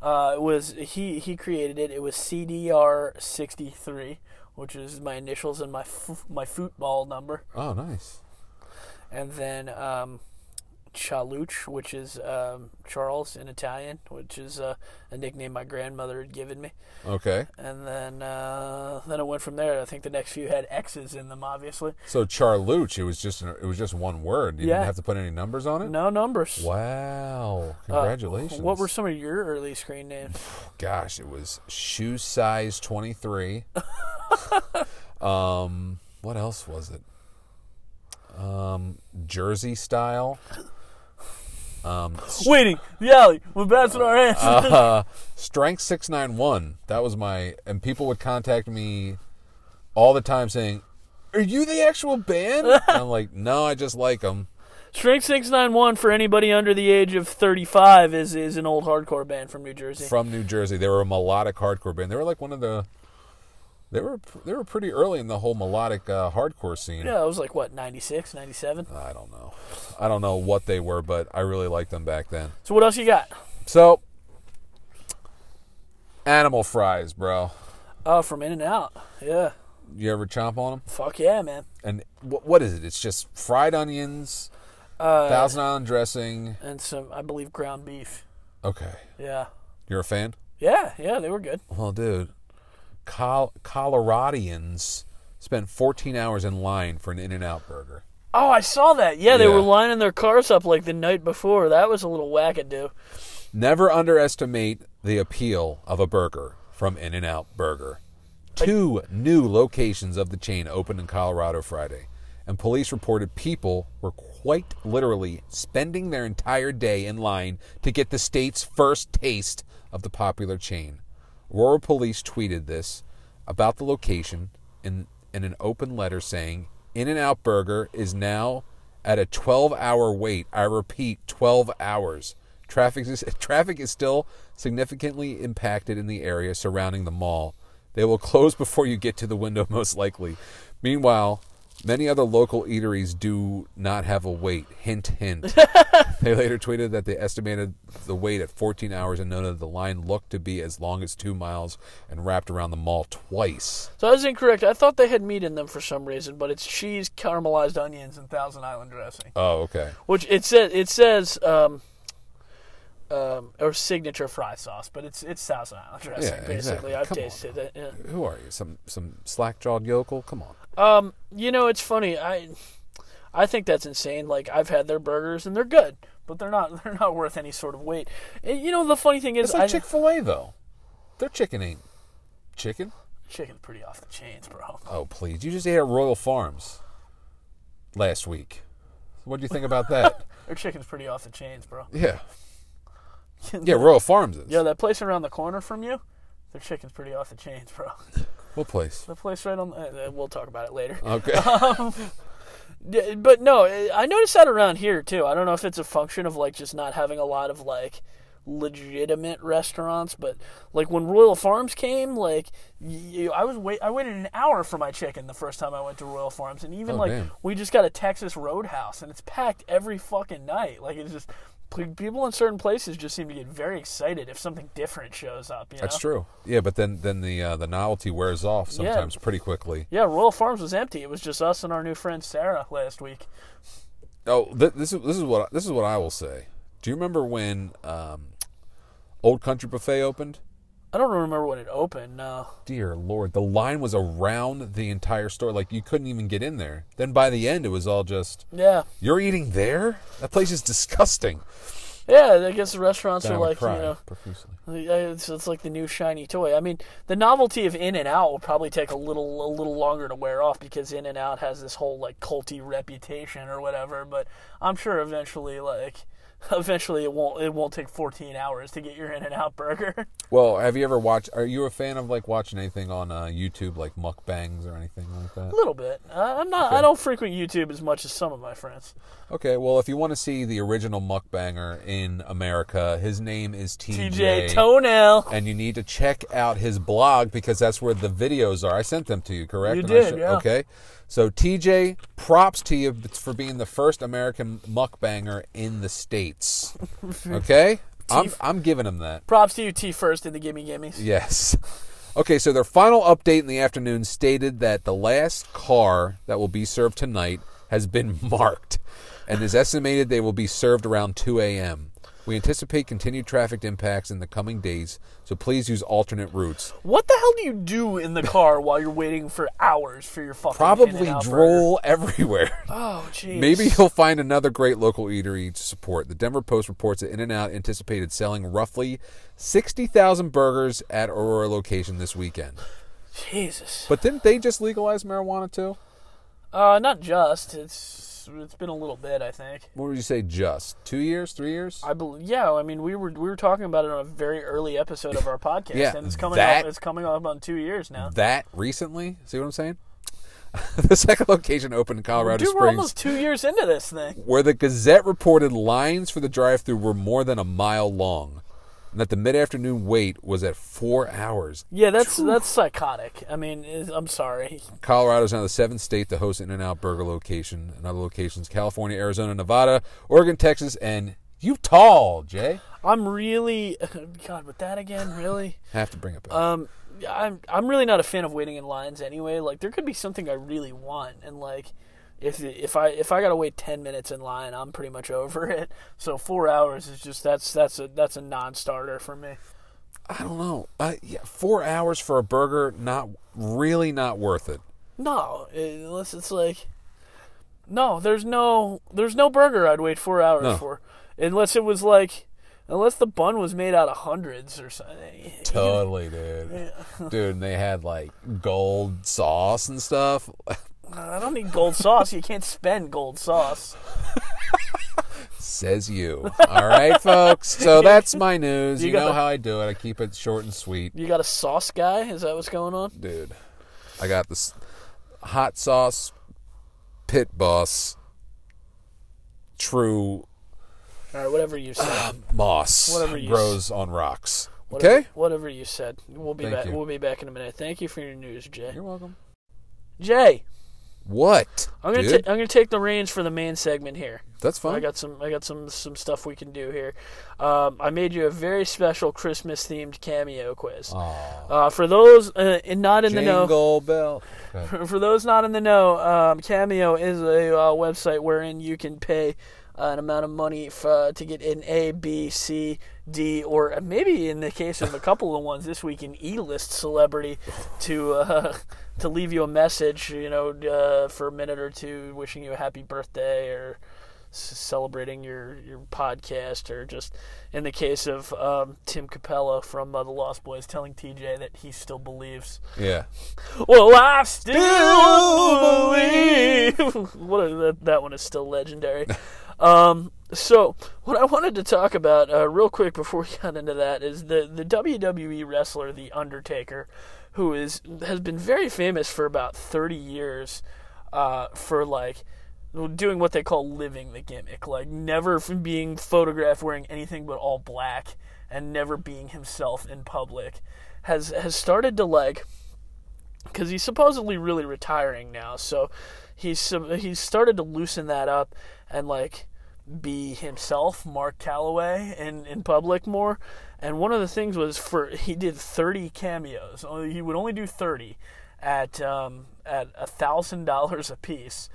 Speaker 1: uh, was he he created it. It was CDR sixty three, which is my initials and my f- my football number,
Speaker 2: Oh, nice.
Speaker 1: and then um, Chaluch, which is um, Charles in Italian, which is uh, a nickname my grandmother had given me.
Speaker 2: Okay.
Speaker 1: And then uh, then it went from there. I think the next few had X's in them, obviously.
Speaker 2: So Charluch, it was just an, it was just one word. You
Speaker 1: Yeah.
Speaker 2: didn't have to put any numbers on it.
Speaker 1: No numbers.
Speaker 2: Wow!
Speaker 1: Uh,
Speaker 2: Congratulations.
Speaker 1: what were some of your early screen names?
Speaker 2: Gosh, it was shoe size twenty three. um, what else was it? Um, Jersey style.
Speaker 1: Waiting, the alley, we're bouncing our ass.
Speaker 2: Strength six nine one. That was my, and people would contact me all the time saying, "Are you the actual band?" and I'm like, "No, I just like them."
Speaker 1: Strength six nine one for anybody under the age of thirty five is is an old hardcore band from New Jersey.
Speaker 2: from New Jersey. They were a melodic hardcore band. They were like one of the they were they were pretty early in the whole melodic uh, hardcore scene.
Speaker 1: yeah, it was like what 96, 97?
Speaker 2: I don't know. I don't know what they were, but I really liked them back then.
Speaker 1: So what else you got?
Speaker 2: So Animal Fries, bro.
Speaker 1: Oh, from In and Out. Yeah,
Speaker 2: You ever chomp on them?
Speaker 1: fuck yeah, man.
Speaker 2: And wh- what is it? It's just fried onions, Thousand Island dressing.
Speaker 1: And some, I believe, ground beef.
Speaker 2: Okay.
Speaker 1: Yeah,
Speaker 2: You're a fan?
Speaker 1: yeah, yeah. They were good.
Speaker 2: Well, dude, Col- Coloradians spent 14 hours in line for an In-N-Out burger.
Speaker 1: Oh, I saw that. Yeah, they
Speaker 2: Yeah.
Speaker 1: were lining their cars up like the night before. That was a little wackadoo.
Speaker 2: Never underestimate the appeal of a burger from In N Out Burger. Two new locations of the chain opened in Colorado Friday, and police reported people were quite literally spending their entire day in line to get the state's first taste of the popular chain. Aurora police tweeted this about the location in, in an open letter saying, In N Out Burger is now at a 12 hour wait. I repeat, 12 hours. Traffic is, traffic is still significantly impacted in the area surrounding the mall. They will close before you get to the window, most likely. Meanwhile, many other local eateries do not have a wait. Hint, hint. they later tweeted that they estimated the wait at 14 hours and noted the line looked to be as long as two miles and wrapped around the mall twice.
Speaker 1: So I was incorrect. I thought they had meat in them for some reason, but it's cheese, caramelized onions, and Thousand Island dressing.
Speaker 2: Oh, okay.
Speaker 1: Which it says it says um, um, or signature fry sauce, but it's it's Thousand Island dressing
Speaker 2: Yeah,
Speaker 1: basically.
Speaker 2: exactly.
Speaker 1: I've
Speaker 2: Come on.
Speaker 1: tasted it. yeah.
Speaker 2: Who are you? Some some slack jawed yokel? Come on.
Speaker 1: You know, it's funny. I I think that's insane. Like I've had their burgers and they're good, but they're not they're not worth any sort of weight. And, you know, the funny thing is,
Speaker 2: It's like
Speaker 1: I-
Speaker 2: Chick fil A, though. Their chicken ain't chicken.
Speaker 1: chicken's pretty off the chains, bro.
Speaker 2: Oh, please. You just ate at Royal Farms last week. What do you think about that?
Speaker 1: Their chicken's pretty off the chains, bro.
Speaker 2: yeah. Yeah, Royal Farms is.
Speaker 1: Yeah, that place around the corner from you. Their chicken's pretty off the chains, bro.
Speaker 2: What place?
Speaker 1: The place right on. Uh, uh, we'll talk about it later.
Speaker 2: Okay.
Speaker 1: Yeah, but no, I noticed that around here too. I don't know if it's a function of like just not having a lot of like legitimate restaurants, but like when Royal Farms came, like you, I was wait, I waited an hour for my chicken the first time I went to Royal Farms, and even
Speaker 2: Oh,
Speaker 1: like
Speaker 2: damn.
Speaker 1: we just got a Texas Roadhouse, and it's packed every fucking night. Like it's just p- people in certain places just seem to get very excited if something different shows up. You know?
Speaker 2: That's true. Yeah, but then then the uh, the novelty wears off sometimes pretty quickly.
Speaker 1: Yeah, Royal Farms was empty. It was just us and our new friend Sarah last week.
Speaker 2: Oh, th- this is this is what this is what I will say. Do you remember when um, Old Country Buffet opened?
Speaker 1: I don't remember when it opened. No.
Speaker 2: Dear Lord, the line was around the entire store. Like you couldn't even get in there. Then by the end, it was all just
Speaker 1: Yeah.
Speaker 2: you're eating there. That place is disgusting.
Speaker 1: Yeah, I guess the restaurants
Speaker 2: Then I
Speaker 1: are
Speaker 2: would
Speaker 1: like, you
Speaker 2: cry
Speaker 1: know, uh,
Speaker 2: profusely.
Speaker 1: it's, it's like the new shiny toy. I mean, the novelty of In and Out will probably take a little a little longer to wear off because In and Out has this whole like culty reputation or whatever. But I'm sure eventually, like, eventually it won't it won't take 14 hours to get your In and Out burger.
Speaker 2: Well, have you ever watched? Are you a fan of like watching anything on uh, YouTube, like mukbangs or anything like that?
Speaker 1: a little bit. I, I'm not. I don't frequent YouTube as much as some of my friends.
Speaker 2: Okay, well, if you want to see the original mukbanger in America, his name is
Speaker 1: TJ
Speaker 2: TJ.
Speaker 1: Toenail.
Speaker 2: and you need to check out his blog because that's where the videos are. I sent them to you, correct?
Speaker 1: You
Speaker 2: And I
Speaker 1: did, yeah.
Speaker 2: Okay. So TJ, props to you for being the first American mukbanger in the states. Okay, I'm I'm giving him that.
Speaker 1: Props to you, T First, in the Gimme Gimmes.
Speaker 2: Yes. Okay, so their final update in the afternoon stated that the last car that will be served tonight has been marked and is estimated they will be served around 2 a.m. We anticipate continued traffic impacts in the coming days, so please use alternate routes.
Speaker 1: What the hell do you do in the car while you're waiting for hours for your fucking
Speaker 2: Probably
Speaker 1: In-N-Out burger?
Speaker 2: drool everywhere.
Speaker 1: Oh, jeez.
Speaker 2: Maybe you'll find another great local eatery to support. The Denver Post reports that In-N-Out anticipated selling roughly 60,000 burgers at Aurora location this weekend.
Speaker 1: Jesus.
Speaker 2: But didn't they just legalize marijuana too?
Speaker 1: Uh, not just. It's it's been a little bit, I think.
Speaker 2: What would you say? Just two years, three years?
Speaker 1: I believe. Yeah, I mean, we were we were talking about it on a very early episode of our podcast,
Speaker 2: Yeah,
Speaker 1: and it's coming
Speaker 2: that-
Speaker 1: up. It's coming up on two years now.
Speaker 2: that recently? See what I'm saying? the second location opened in Colorado
Speaker 1: Dude, we're
Speaker 2: Springs,
Speaker 1: almost two years into this thing.
Speaker 2: where the Gazette reported lines for the drive-through were more than a mile long, and that the mid-afternoon wait was at four hours.
Speaker 1: Yeah, that's that's psychotic. I mean, is- I'm sorry.
Speaker 2: Colorado is now the seventh state to host an In-N-Out Burger location, and other locations: California, Arizona, Nevada, Oregon, Texas, and Utah. Jay,
Speaker 1: I'm really God with that again. Really.
Speaker 2: have to bring it back.
Speaker 1: Um, I'm I'm really not a fan of waiting in lines anyway. Like there could be something I really want, and like if if I if I gotta wait ten minutes in line, I'm pretty much over it. So four hours is just that's that's a that's a non-starter for me.
Speaker 2: I don't know. Uh, yeah, four hours for a burger, not really not worth it.
Speaker 1: No, it- unless it's like no, there's no there's no burger I'd wait four hours
Speaker 2: No.
Speaker 1: for, unless it was like unless the bun was made out of hundreds or something.
Speaker 2: Totally, dude. dude, and they had like gold sauce and stuff.
Speaker 1: I don't need gold sauce. You can't spend gold sauce.
Speaker 2: Says you. All right, folks. So that's my news.
Speaker 1: You
Speaker 2: You, know
Speaker 1: gotta-
Speaker 2: how I do it. I keep it short and sweet,
Speaker 1: You got a sauce guy? Is that what's going on?
Speaker 2: dude. I got this hot sauce pit boss true
Speaker 1: All right, whatever you said.
Speaker 2: moss
Speaker 1: Whatever you s-
Speaker 2: grows on rocks.
Speaker 1: Whatever,
Speaker 2: Okay?
Speaker 1: Whatever you said. We'll be
Speaker 2: Thank
Speaker 1: back.
Speaker 2: you.
Speaker 1: We'll be back in a minute. Thank you for your news, Jay.
Speaker 2: You're welcome.
Speaker 1: Jay,
Speaker 2: What?
Speaker 1: I'm gonna
Speaker 2: dude?
Speaker 1: ta- I'm gonna take the reins for the main segment here.
Speaker 2: that's fine.
Speaker 1: I got some I got some some stuff we can do here. Um, I made you a very special Christmas themed cameo quiz. Uh, for those uh, in, not in the know,
Speaker 2: Jingle bell.
Speaker 1: for those not in the know, um, Cameo is a uh, website wherein you can pay an amount of money f- uh, to get an A, B, C, D, or maybe in the case of a couple of ones this week, an E-list celebrity to uh, to leave you a message, you know, uh, for a minute or two, wishing you a happy birthday or s- celebrating your, your podcast or just in the case of um, Tim Capello from uh, The Lost Boys telling TJ that he still believes
Speaker 2: Yeah.
Speaker 1: well, I still believe. what a, that, that one is still legendary. um, so, what I wanted to talk about uh, real quick before we got into that is the the WWE wrestler The Undertaker, who is has been very famous for about thirty years, uh, for like doing what they call living the gimmick, like never from being photographed wearing anything but all black and never being himself in public, has has started to like because he's supposedly really retiring now. So he's sub- he's started to loosen that up and like be himself, Mark Calloway, in in public more. And one of the things was for he did thirty cameos. Only he would only do thirty at um, at a thousand dollars a piece.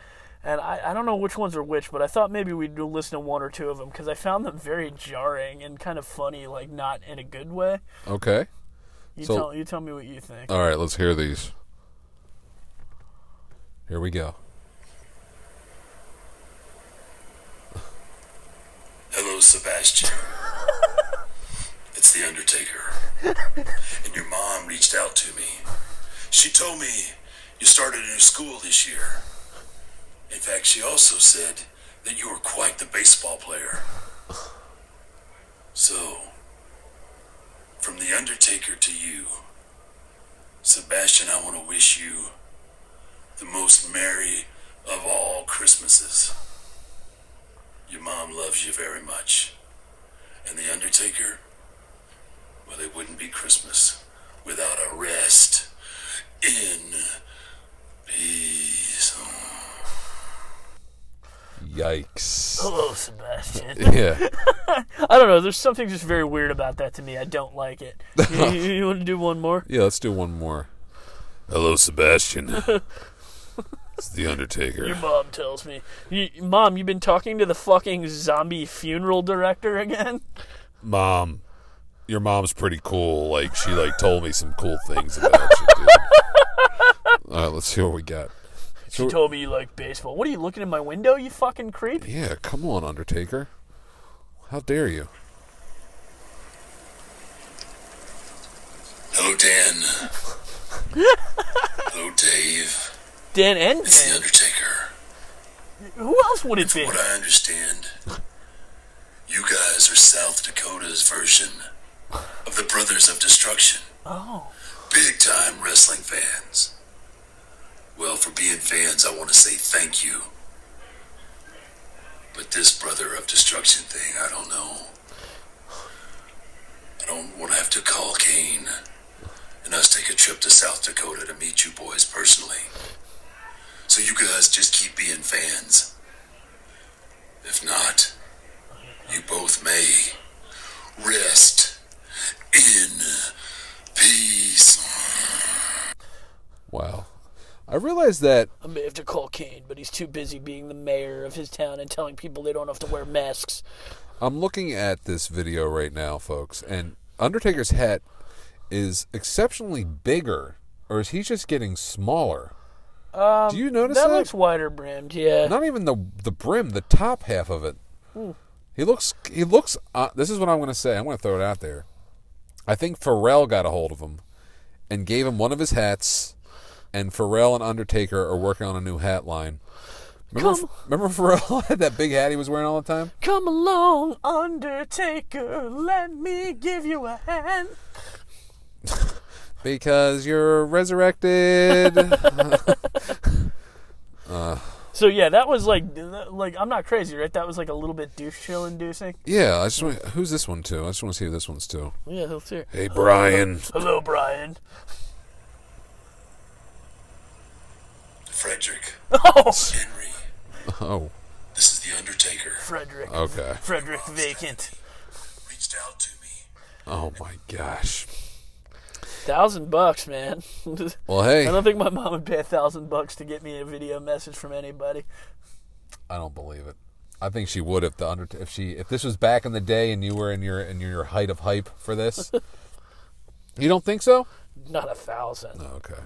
Speaker 1: And I, I don't know which ones are which, but I thought maybe we'd do- listen to one or two of them because I found them very jarring and kind of funny, like not in a good way.
Speaker 2: Okay.
Speaker 1: You
Speaker 2: So- Uh,
Speaker 1: tell you tell me what you think.
Speaker 2: All right, let's hear these. Here we go.
Speaker 9: Hello, Sebastian. it's the Undertaker. And your mom reached out to me. She told me you started a new school this year. In fact, she also said that you were quite the baseball player. So, from the Undertaker to you, Sebastian, I want to wish you the most merry of all Christmases. Your mom loves you very much. And The Undertaker? Well, it wouldn't be Christmas without a rest in peace.
Speaker 2: Yikes.
Speaker 1: Hello, Oh, Sebastian.
Speaker 2: Yeah.
Speaker 1: I don't know. There's something just very weird about that to me. I don't like it. You, you- you want to do one more?
Speaker 2: Yeah, let's do one more.
Speaker 9: Hello, Sebastian. it's The Undertaker.
Speaker 1: Your mom tells me, you, "Mom, you've been talking to the fucking zombie funeral director again."
Speaker 9: Mom, your mom's pretty cool. Like, she, like, told me some cool things about you, dude.
Speaker 2: All right, let's see what we got.
Speaker 1: She told me you like baseball. What are you looking in my window? You fucking creep.
Speaker 2: Yeah, come on, Undertaker. How dare you?
Speaker 9: Hello, Dan. Hello, Dave.
Speaker 1: Dan and
Speaker 9: It's The
Speaker 1: Dan.
Speaker 9: Undertaker.
Speaker 1: Who else would it be?
Speaker 9: What I understand, you guys are South Dakota's version of the Brothers of Destruction.
Speaker 1: Oh,
Speaker 9: Big time wrestling fans. Well, for being fans, I want to say thank you. But this Brother of Destruction thing, I don't know. I don't want to have to call Kane and us take a trip to South Dakota to meet you boys personally. So you guys just keep being fans. If not, you both may rest in peace.
Speaker 2: Wow. I realized that
Speaker 1: I may have to call Kane, but he's too busy being the mayor of his town and telling people they don't have to wear masks.
Speaker 2: I'm looking at this video right now, folks, and Undertaker's hat is exceptionally bigger, or is he just getting smaller? Um, Do you notice that?
Speaker 1: That looks wider brimmed. Yeah.
Speaker 2: Not even the the brim, the top half of it. He looks. He looks. Uh, this is what I'm going to say. I'm going to throw it out there. I think Pharrell got a hold of him and gave him one of his hats. And Pharrell and Undertaker are working on a new hat line. Remember,
Speaker 1: Come.
Speaker 2: remember Pharrell had that big hat he was wearing all the time.
Speaker 1: Come along, Undertaker. Let me give you a hand.
Speaker 2: Because you're resurrected.
Speaker 1: So yeah, that was like, like I'm not crazy, right? That was like a little bit douche chill inducing.
Speaker 2: yeah, I just want, who's this one to? I just want to see who this one's to.
Speaker 1: Yeah, let's hear.
Speaker 9: Hey, Brian.
Speaker 1: Hello, Brian.
Speaker 9: Frederick.
Speaker 1: Oh,
Speaker 9: Henry.
Speaker 2: Oh,
Speaker 9: This is The Undertaker.
Speaker 1: Frederick.
Speaker 2: okay.
Speaker 1: Frederick Vacant.
Speaker 9: Reached out to me.
Speaker 2: Oh my gosh.
Speaker 1: Thousand bucks, man.
Speaker 2: Well,
Speaker 1: I
Speaker 2: hey,
Speaker 1: don't think my mom would pay a thousand bucks to get me a video message from anybody.
Speaker 2: I don't believe it. I think she would if the under if she if this was back in the day and you were in your in your height of hype for this. you don't think so?
Speaker 1: Not a thousand.
Speaker 2: Okay.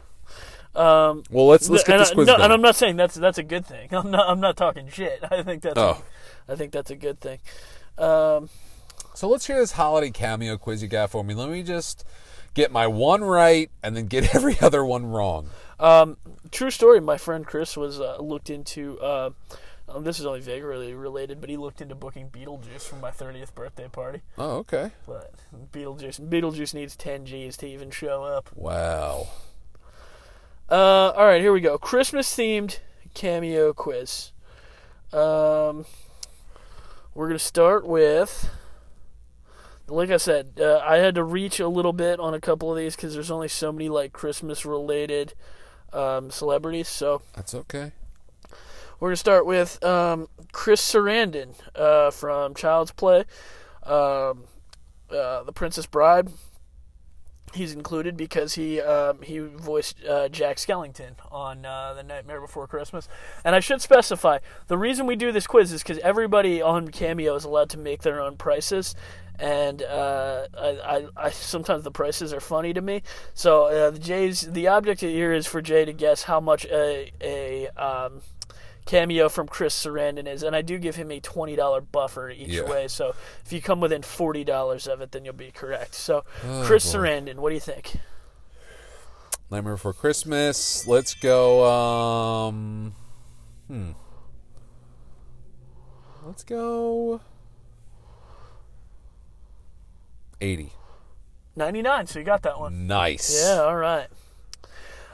Speaker 2: Um, well, let's let's get
Speaker 1: and,
Speaker 2: this
Speaker 1: I,
Speaker 2: quiz
Speaker 1: no,
Speaker 2: done.
Speaker 1: and I'm not saying that's that's a good thing. I'm not. I'm not talking shit. I think that's.
Speaker 2: Oh.
Speaker 1: I think that's a good thing. Um,
Speaker 2: So let's hear this holiday cameo quiz you got for me. Let me just get my one right and then get every other one wrong.
Speaker 1: true story. My friend Chris was uh, looked into. Uh, um, this is only vaguely related, but he looked into booking Beetlejuice for my 30th birthday party.
Speaker 2: Oh, okay.
Speaker 1: But Beetlejuice, Beetlejuice needs 10 G's to even show up.
Speaker 2: Wow.
Speaker 1: Uh, all right, here we go. Christmas themed cameo quiz. Um, we're gonna start with, like I said, uh, I had to reach a little bit on a couple of these because there's only so many like Christmas related um, celebrities. So
Speaker 2: That's okay.
Speaker 1: we're gonna start with um, Chris Sarandon uh, from Child's Play, um, uh, The Princess Bride. He's included because he um, he voiced uh, Jack Skellington on uh, The Nightmare Before Christmas, and I should specify the reason we do this quiz is because everybody on Cameo is allowed to make their own prices, and uh, I, I, I sometimes the prices are funny to me. So uh, the Jay's the object here is for Jay to guess how much a a um, cameo from Chris Sarandon is, and I do give him a twenty dollar buffer each
Speaker 2: Yeah.
Speaker 1: way. So if you come within forty dollars of it, then you'll be correct. So
Speaker 2: Oh,
Speaker 1: Chris Sarandon, what do you think?
Speaker 2: Nightmare Before Christmas. Let's go. Um, hmm. Let's go. Eighty.
Speaker 1: Ninety nine. So you got that one.
Speaker 2: Nice.
Speaker 1: Yeah. All right.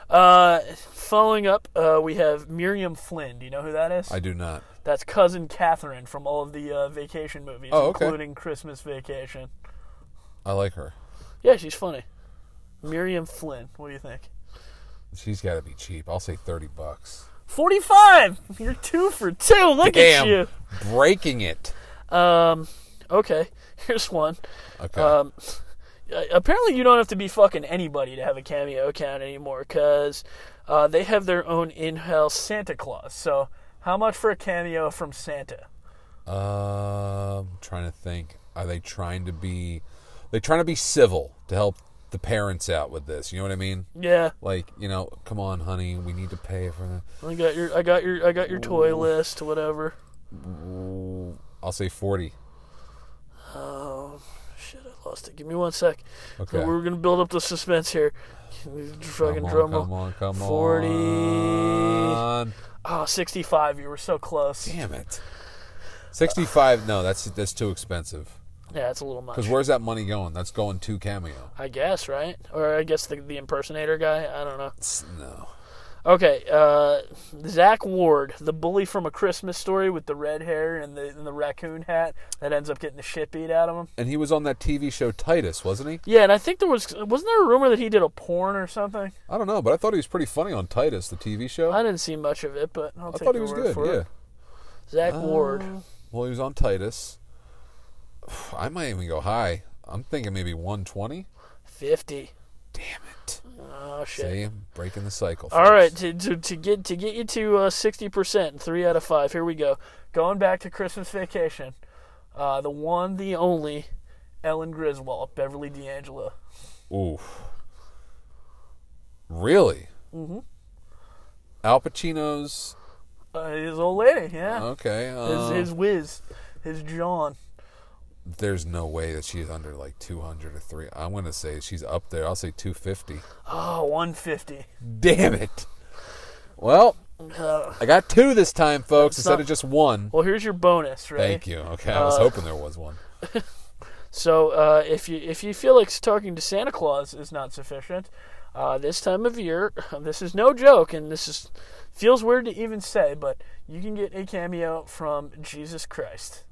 Speaker 1: Uh, following up, uh, we have Miriam Flynn. Do you know who that is?
Speaker 2: I do not.
Speaker 1: That's cousin Catherine from all of the uh, vacation movies,
Speaker 2: Oh, okay.
Speaker 1: including Christmas Vacation.
Speaker 2: I like her.
Speaker 1: Yeah, she's funny. Miriam Flynn. What do you think?
Speaker 2: She's got to be cheap. I'll say thirty bucks.
Speaker 1: Forty-five. You're two for two. Look at you.
Speaker 2: breaking it.
Speaker 1: Okay, here's one.
Speaker 2: Okay.
Speaker 1: Um, uh, apparently, you don't have to be fucking anybody to have a cameo account anymore, because uh, they have their own in-house Santa Claus. So, how much for a cameo from Santa?
Speaker 2: Um, trying to think. Are they trying to be? They trying to be civil to help the parents out with this. You know what I mean?
Speaker 1: Yeah,
Speaker 2: Like, you know, come on, honey, we need to pay for the.
Speaker 1: I got your, I got your, I got your toy list, whatever.
Speaker 2: I'll say forty.
Speaker 1: Shit, I lost it. Give me one sec.
Speaker 2: Okay.
Speaker 1: We're gonna build up the suspense here. Fucking
Speaker 2: Come on,
Speaker 1: drum roll.
Speaker 2: come on, come
Speaker 1: 40.
Speaker 2: on.
Speaker 1: Oh, 65. You were so close.
Speaker 2: Damn it. Sixty-five. No, that's that's too expensive.
Speaker 1: Yeah, it's a little much.
Speaker 2: Because where's that money going? That's going to cameo.
Speaker 1: I guess, right? Or I guess the, the impersonator guy. I don't know.
Speaker 2: It's- no.
Speaker 1: Okay, uh, Zach Ward, the bully from A Christmas Story with the red hair and the, and the raccoon hat that ends up getting the shit beat out of him.
Speaker 2: And he was on that TV show Titus, wasn't he?
Speaker 1: Yeah, and I think there was, wasn't there a rumor that he did a porn or something?
Speaker 2: I don't know, but I thought he was pretty funny on Titus, the TV show.
Speaker 1: I didn't see much of it, but I'll
Speaker 2: I
Speaker 1: take
Speaker 2: thought he
Speaker 1: your
Speaker 2: was
Speaker 1: word
Speaker 2: good.
Speaker 1: for
Speaker 2: Yeah.
Speaker 1: it. Zach Ward.
Speaker 2: Well, he was on Titus. I might even go high. I'm thinking maybe 120.
Speaker 1: 50.
Speaker 2: Damn it.
Speaker 1: Oh, shit.
Speaker 2: See, I'm breaking the cycle.
Speaker 1: All right, to, to, to get to get you to uh, sixty percent, three out of five. Here we go. Going back to Christmas Vacation, uh, the one, the only, Ellen Griswold, Beverly D'Angelo.
Speaker 2: Oof. Really? Mm-hmm. Al Pacino's.
Speaker 1: Uh, his old lady, yeah.
Speaker 2: Okay.
Speaker 1: His
Speaker 2: Uh,
Speaker 1: his whiz, his John.
Speaker 2: There's no way that she's under like 200 or 3. I'm going to say she's up there. I'll say 250.
Speaker 1: Oh, 150.
Speaker 2: Damn it. Well, I got two this time, folks, instead
Speaker 1: not-
Speaker 2: of just one.
Speaker 1: Well, here's your bonus, right? Uh.
Speaker 2: Thank you. Okay, I was hoping there was one.
Speaker 1: So uh, if you if you feel like talking to Santa Claus is not sufficient, uh, this time of year, this is no joke, and this is feels weird to even say, but you can get a cameo from Jesus Christ.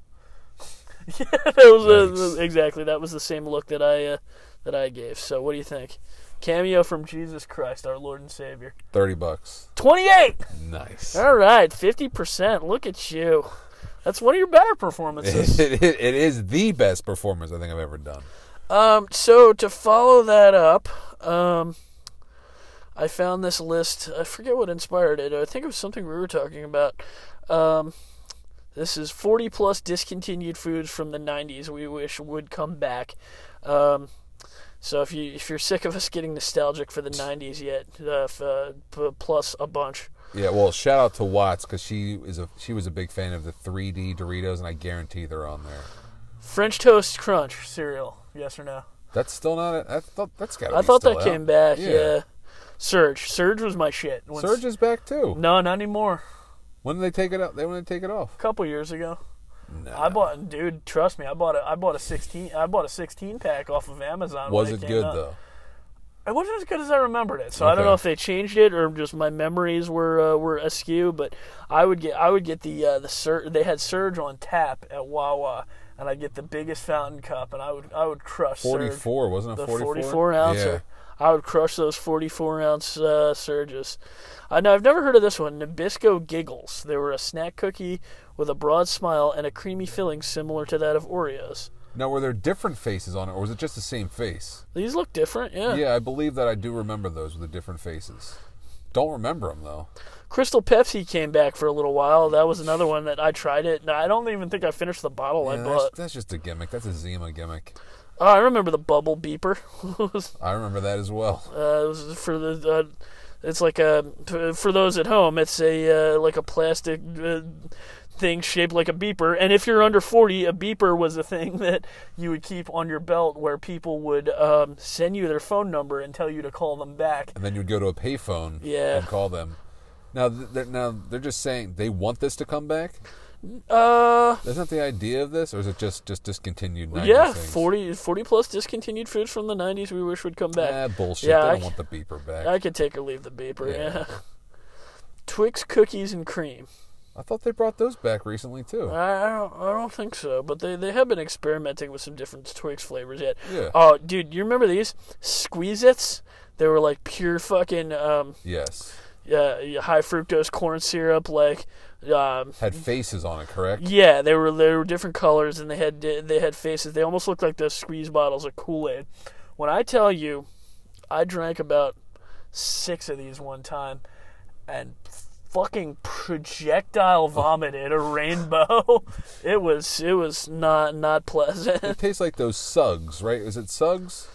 Speaker 1: yeah, that was a,
Speaker 2: Yikes.
Speaker 1: exactly that was the same look that I uh, that I gave. So what do you think? Cameo from Jesus Christ, our Lord and Savior.
Speaker 2: 30 bucks.
Speaker 1: Twenty-eight.
Speaker 2: Nice.
Speaker 1: All right, fifty percent. Look at you. That's one of your better performances.
Speaker 2: it, it- it is the best performance I think I've ever done.
Speaker 1: Um, so to follow that up, um, I found this list. I forget what inspired it. I think it was something we were talking about. Um, this is 40 plus discontinued foods from the 90s we wish would come back. Um, so if you if you're sick of us getting nostalgic for the 90s yet, uh, f- uh, p- plus a bunch.
Speaker 2: Yeah, well, shout out to Watts because she is a she was a big fan of the 3D Doritos, and I guarantee they're on there.
Speaker 1: French toast crunch cereal, yes or no?
Speaker 2: That's still not. A, I thought that's got.
Speaker 1: I thought that came back. Yeah. Surge, Surge was my shit. When-
Speaker 2: Surge is back too.
Speaker 1: No, not anymore.
Speaker 2: When did they take it out? They want to take it off.
Speaker 1: couple years ago. I bought, dude. Trust me, I bought a, I bought a sixteen, I bought a sixteen pack off of Amazon.
Speaker 2: Was
Speaker 1: when
Speaker 2: it good
Speaker 1: came out.
Speaker 2: though?
Speaker 1: It wasn't as good as I remembered it, so I don't
Speaker 2: Okay.
Speaker 1: know if they changed it or just my memories were uh, were askew. But I would get I would get the uh, the sur- they had Surge on tap at Wawa, and I'd get the biggest fountain cup, and I would I would crush
Speaker 2: Forty
Speaker 1: Surge
Speaker 2: four wasn't
Speaker 1: the
Speaker 2: it? Forty
Speaker 1: 44 ouncer. I would crush those 44 ounce uh, surges. Uh, now, I've never heard of this one Nabisco Giggles. They were a snack cookie with a broad smile and a creamy filling similar to that of Oreos.
Speaker 2: Now were there different faces on it, or was it just the same face?
Speaker 1: These look different, yeah.
Speaker 2: Yeah, I believe that I do remember those with the different faces. Don't remember them though.
Speaker 1: Crystal Pepsi came back for a little while. That was another one that I tried it. and I don't even think I finished the bottle I
Speaker 2: Yeah, that's,
Speaker 1: bought.
Speaker 2: that's just a gimmick. That's a Zima gimmick.
Speaker 1: Oh, I remember the bubble beeper.
Speaker 2: I remember that as well.
Speaker 1: Uh, for the uh, it's like a for those at home it's a uh, like a plastic uh, thing shaped like a beeper and if you're under 40 a beeper was a thing that you would keep on your belt where people would um, send you their phone number and tell you to call them back
Speaker 2: And then you'd go to a payphone
Speaker 1: Yeah.
Speaker 2: and call them. Now, th- they're, now they're just saying they want this to come back.
Speaker 1: uh
Speaker 2: Isn't that the idea of this, or is it just just discontinued? 90s
Speaker 1: yeah
Speaker 2: things?
Speaker 1: 40 40 plus discontinued foods from the 90s we wish would come back
Speaker 2: Ah, bullshit.
Speaker 1: Yeah,
Speaker 2: they
Speaker 1: I
Speaker 2: don't
Speaker 1: c-
Speaker 2: want the beeper back.
Speaker 1: i could take or leave the beeper yeah,
Speaker 2: Yeah.
Speaker 1: twix cookies and cream
Speaker 2: I thought they brought those back recently too.
Speaker 1: I I don't, I don't think so, but they, they have been experimenting with some different Twix flavors yet.
Speaker 2: Yeah.
Speaker 1: Oh, dude, you remember these Squeezits? They were like pure fucking um,
Speaker 2: yes,
Speaker 1: uh, high fructose corn syrup. Like, um,
Speaker 2: had faces on it, correct?
Speaker 1: yeah, they were they were different colors and they had they had faces. They almost looked like those squeeze bottles of Kool Aid. When I tell you, I drank about six of these one time, and fucking
Speaker 2: Oh.
Speaker 1: projectile vomited a rainbow. it was it was not not pleasant.
Speaker 2: It tastes like those Suggs, right? Is it Suggs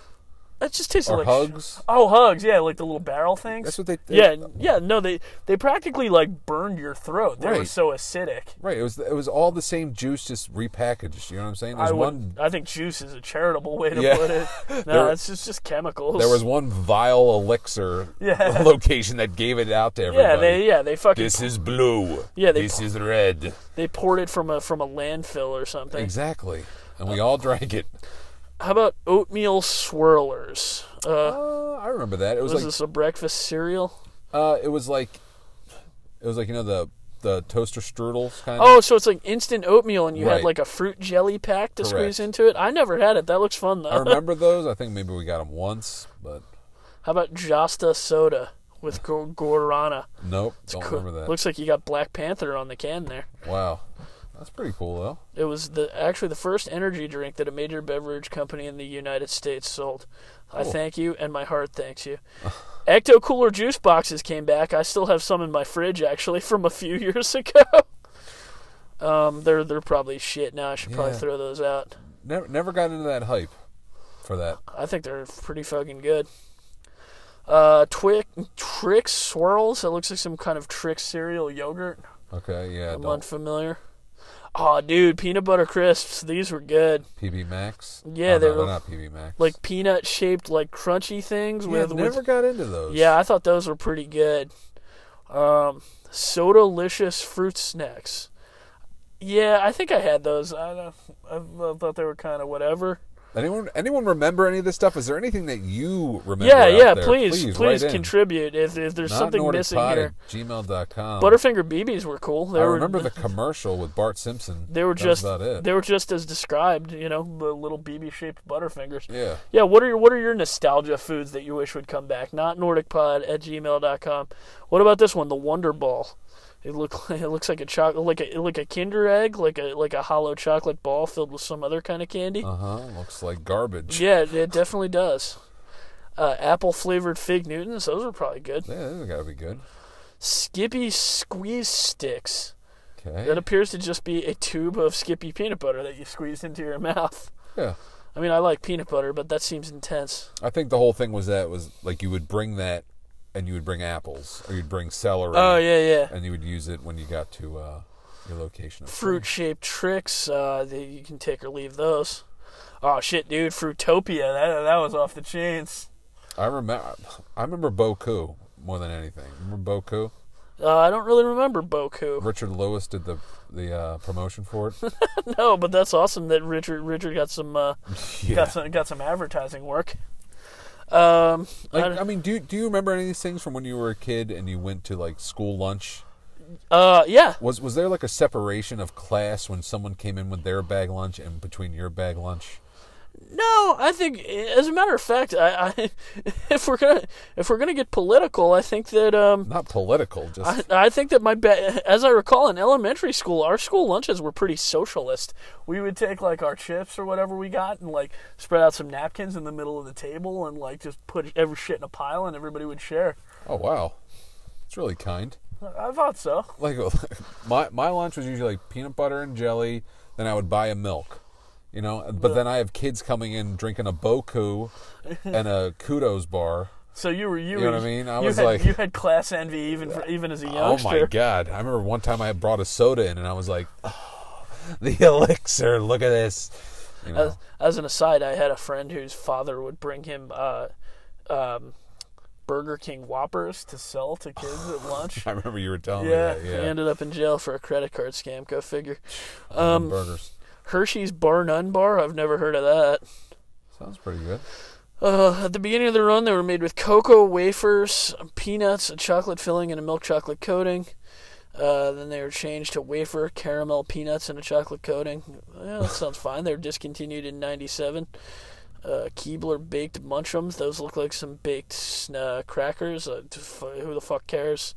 Speaker 1: It just tasted
Speaker 2: or
Speaker 1: like
Speaker 2: Hugs?
Speaker 1: Oh, hugs, yeah, like the little barrel things.
Speaker 2: That's what they-
Speaker 1: yeah, yeah, no, they they practically like burned your throat. They were
Speaker 2: Right.
Speaker 1: so acidic.
Speaker 2: Right. It was it was all the same juice, just repackaged. You know what I'm saying? There's
Speaker 1: I would.
Speaker 2: one.
Speaker 1: I think juice is a charitable way to
Speaker 2: Yeah.
Speaker 1: put it. No,
Speaker 2: There-
Speaker 1: it's just just chemicals.
Speaker 2: There was one vile elixir
Speaker 1: Yeah.
Speaker 2: location that gave it out to everybody.
Speaker 1: yeah, they yeah they fucking
Speaker 2: This is blue.
Speaker 1: Yeah, they-
Speaker 2: this is red.
Speaker 1: they poured it from a from a landfill or something.
Speaker 2: Exactly. And we all drank it.
Speaker 1: How about oatmeal swirlers? Uh,
Speaker 2: Uh, I remember that. It was
Speaker 1: was
Speaker 2: like
Speaker 1: this a breakfast cereal?
Speaker 2: uh, it was like it was like you know the the toaster strudels kind
Speaker 1: Oh,
Speaker 2: of.
Speaker 1: so it's like instant oatmeal, and you had
Speaker 2: Right.
Speaker 1: like a fruit jelly pack to squeeze
Speaker 2: Correct.
Speaker 1: into it. I never had it. That looks fun though.
Speaker 2: I remember those. I think maybe we got them once, but
Speaker 1: How about Josta soda with gor- guarana?
Speaker 2: nope. don't
Speaker 1: Cool.
Speaker 2: remember that.
Speaker 1: Looks like you got Black Panther on the can there.
Speaker 2: wow, that's pretty cool though.
Speaker 1: It was the actually the first energy drink that a major beverage company in the United States sold.
Speaker 2: Oh.
Speaker 1: I thank you, and my heart thanks you. Ecto Cooler juice boxes came back. I still have some in my fridge actually from a few years ago. Um, they're they're probably shit now. I should probably
Speaker 2: Yeah.
Speaker 1: throw those out.
Speaker 2: Never never got into that hype for that.
Speaker 1: I think they're pretty fucking good. Uh, Twix Trix swirls. It looks like some kind of Trix cereal yogurt.
Speaker 2: Okay, yeah,
Speaker 1: I'm
Speaker 2: don't.
Speaker 1: unfamiliar. Oh, dude, peanut butter crisps. These were good.
Speaker 2: PB Max.
Speaker 1: Yeah,
Speaker 2: Oh,
Speaker 1: they
Speaker 2: no,
Speaker 1: were-
Speaker 2: are not PB Max.
Speaker 1: Like peanut shaped, like crunchy things
Speaker 2: yeah,
Speaker 1: with,
Speaker 2: never
Speaker 1: with
Speaker 2: got into those.
Speaker 1: yeah. I thought those were pretty good. Um, Sodalicious fruit snacks. Yeah, I think I had those. I don't. I thought they were kind of whatever.
Speaker 2: Anyone anyone remember any of this stuff? Is there anything that you remember?
Speaker 1: yeah,
Speaker 2: out
Speaker 1: yeah.
Speaker 2: there?
Speaker 1: Please,
Speaker 2: please,
Speaker 1: please,
Speaker 2: write in.
Speaker 1: contribute if if there's
Speaker 2: Not
Speaker 1: something
Speaker 2: Nordic
Speaker 1: missing
Speaker 2: Pod
Speaker 1: here.
Speaker 2: at gmail.com.
Speaker 1: Butterfinger BBs were cool. They
Speaker 2: I
Speaker 1: were,
Speaker 2: remember the commercial with Bart Simpson.
Speaker 1: They were
Speaker 2: That
Speaker 1: just
Speaker 2: was about it.
Speaker 1: they were just as described, you know, the little BB shaped butterfingers.
Speaker 2: Yeah.
Speaker 1: Yeah, what are your what are your nostalgia foods that you wish would come back? Not NordicPod at gmail.com. What about this one, the Wonder Ball? It look it looks like a chocolate like a like a Kinder egg, like a like a hollow chocolate ball filled with some other kind of candy.
Speaker 2: Uh huh. Looks like garbage.
Speaker 1: Yeah, it- it definitely does. Uh, apple flavored fig Newtons, those are probably good.
Speaker 2: Yeah, this has got to be good.
Speaker 1: Skippy squeeze sticks. That
Speaker 2: Okay.
Speaker 1: appears to just be a tube of Skippy peanut butter that you squeezed into your mouth.
Speaker 2: Yeah.
Speaker 1: I mean, I like peanut butter, but that seems intense.
Speaker 2: I think the whole thing was that was like you would bring that, and you would bring apples, or you'd bring celery.
Speaker 1: Oh yeah, yeah.
Speaker 2: And you would use it when you got to uh, your location. Of
Speaker 1: Fruit shaped tricks. Uh, that you can take or leave those. Oh shit, dude! Fruitopia. That that was off the chains.
Speaker 2: I remember. I remember Boku more than anything. Remember Boku?
Speaker 1: Uh, I don't really remember Boku.
Speaker 2: Richard Lewis did the the uh, promotion for it.
Speaker 1: No, but that's awesome that Richard Richard got some uh,
Speaker 2: Yeah.
Speaker 1: got some got some advertising work. Um,
Speaker 2: Like, I mean, do you, do you remember any of these things from when you were a kid and you went to like school lunch?
Speaker 1: uh, yeah.
Speaker 2: Was was there like a separation of class when someone came in with their bag lunch and between your bag lunch?
Speaker 1: No, I think, as a matter of fact, I, I if we're gonna if we're gonna get political, I think that um,
Speaker 2: Not political, just
Speaker 1: I, I think that my ba- as I recall in elementary school, our school lunches were pretty socialist. We would take like our chips or whatever we got and like spread out some napkins in the middle of the table and like just put every shit in a pile and everybody would share.
Speaker 2: oh wow, it's really kind.
Speaker 1: I thought so.
Speaker 2: Like my my lunch was usually like peanut butter and jelly. Then I would buy a milk, you know. But then I have kids coming in drinking a boku and a kudos bar.
Speaker 1: So you were you,
Speaker 2: You know
Speaker 1: were-
Speaker 2: what I mean? I
Speaker 1: you
Speaker 2: was
Speaker 1: had,
Speaker 2: like-
Speaker 1: you had class envy even for, even as a
Speaker 2: Oh
Speaker 1: youngster.
Speaker 2: my god! I remember one time I brought a soda in and I was like, "Oh, the elixir. Look at this. You know.
Speaker 1: As, as an aside, I had a friend whose father would bring him uh, um, Burger King Whoppers to sell to kids at lunch.
Speaker 2: I remember you were telling
Speaker 1: Yeah,
Speaker 2: me
Speaker 1: he
Speaker 2: that. Oh, Yeah,
Speaker 1: ended up in jail for a credit card scam. Go figure.
Speaker 2: um, burgers
Speaker 1: Hershey's Bar None Bar. I've never heard of that.
Speaker 2: sounds pretty good.
Speaker 1: Uh, at the beginning of the run, they were made with cocoa wafers, peanuts, a chocolate filling, and a milk chocolate coating. Uh, then they were changed to wafer, caramel, peanuts, and a chocolate coating. Yeah, that sounds fine. They were discontinued in '97. Uh, Keebler baked munchums. Those look like some baked uh, crackers. Uh, t- f- who the fuck cares?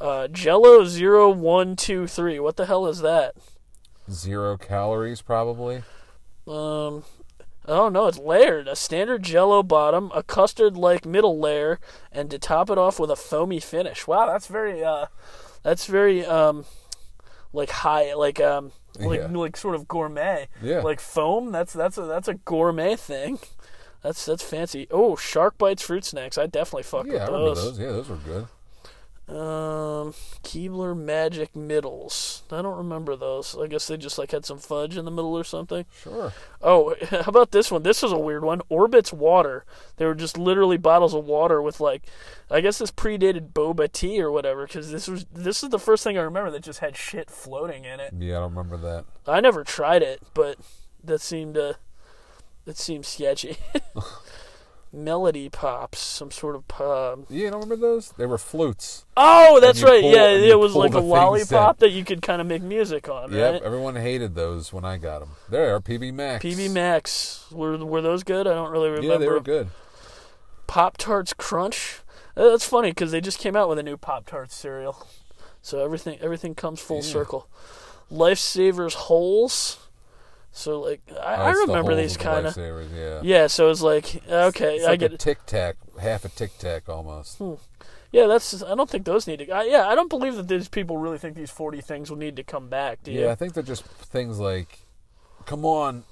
Speaker 1: Uh, Jello zero one two three. What the hell is that?
Speaker 2: Zero calories, probably.
Speaker 1: Um, I don't know. It's layered. A standard Jello bottom, a custard-like middle layer, and to top it off with a foamy finish. Wow, that's very uh, that's very um, like high, like um, like
Speaker 2: Yeah.
Speaker 1: like sort of gourmet.
Speaker 2: Yeah.
Speaker 1: Like foam. That's that's a that's a gourmet thing. That's that's fancy. Oh, shark bites, fruit snacks. I definitely fuck
Speaker 2: Yeah,
Speaker 1: with
Speaker 2: I remember those. Yeah, those were good.
Speaker 1: um, Keebler Magic Middles. I don't remember those. I guess they just like had some fudge in the middle or something.
Speaker 2: Sure.
Speaker 1: Oh, how about this one? This is a weird one. Orbit's water. They were just literally bottles of water with like, I guess this predated boba tea or whatever. Because this was this is the first thing I remember that just had shit floating in it.
Speaker 2: Yeah, I don't remember that.
Speaker 1: I never tried it, but that seemed uh, that seemed sketchy. Melody pops, some sort of um,
Speaker 2: Yeah, you don't remember those? They were flutes.
Speaker 1: oh, that's
Speaker 2: you
Speaker 1: right.
Speaker 2: pull-
Speaker 1: yeah,
Speaker 2: and
Speaker 1: it
Speaker 2: you
Speaker 1: was
Speaker 2: pull
Speaker 1: like
Speaker 2: the
Speaker 1: a
Speaker 2: things
Speaker 1: lollipop
Speaker 2: that-
Speaker 1: that you could kind of make music on,
Speaker 2: Yep,
Speaker 1: right?
Speaker 2: everyone hated those when I got them. There, PB Max.
Speaker 1: PB Max were were those good? I don't really remember.
Speaker 2: Yeah, they were good.
Speaker 1: Pop Tarts Crunch. Uh, That's funny because they just came out with a new Pop Tarts cereal, so everything everything comes full circle. Lifesavers holes. So like I, I
Speaker 2: Oh, That's the
Speaker 1: remember
Speaker 2: holes
Speaker 1: these
Speaker 2: with the
Speaker 1: kind of
Speaker 2: lifesavers, Yeah.
Speaker 1: yeah. So it's like okay,
Speaker 2: It's
Speaker 1: I
Speaker 2: like
Speaker 1: get
Speaker 2: a
Speaker 1: it.
Speaker 2: tic tac, half a tic tac almost.
Speaker 1: Yeah, that's I don't think those need to. I, yeah, I don't believe that these people really think these forty things will need to come back. Do you?
Speaker 2: Yeah, I think they're just things like, come on,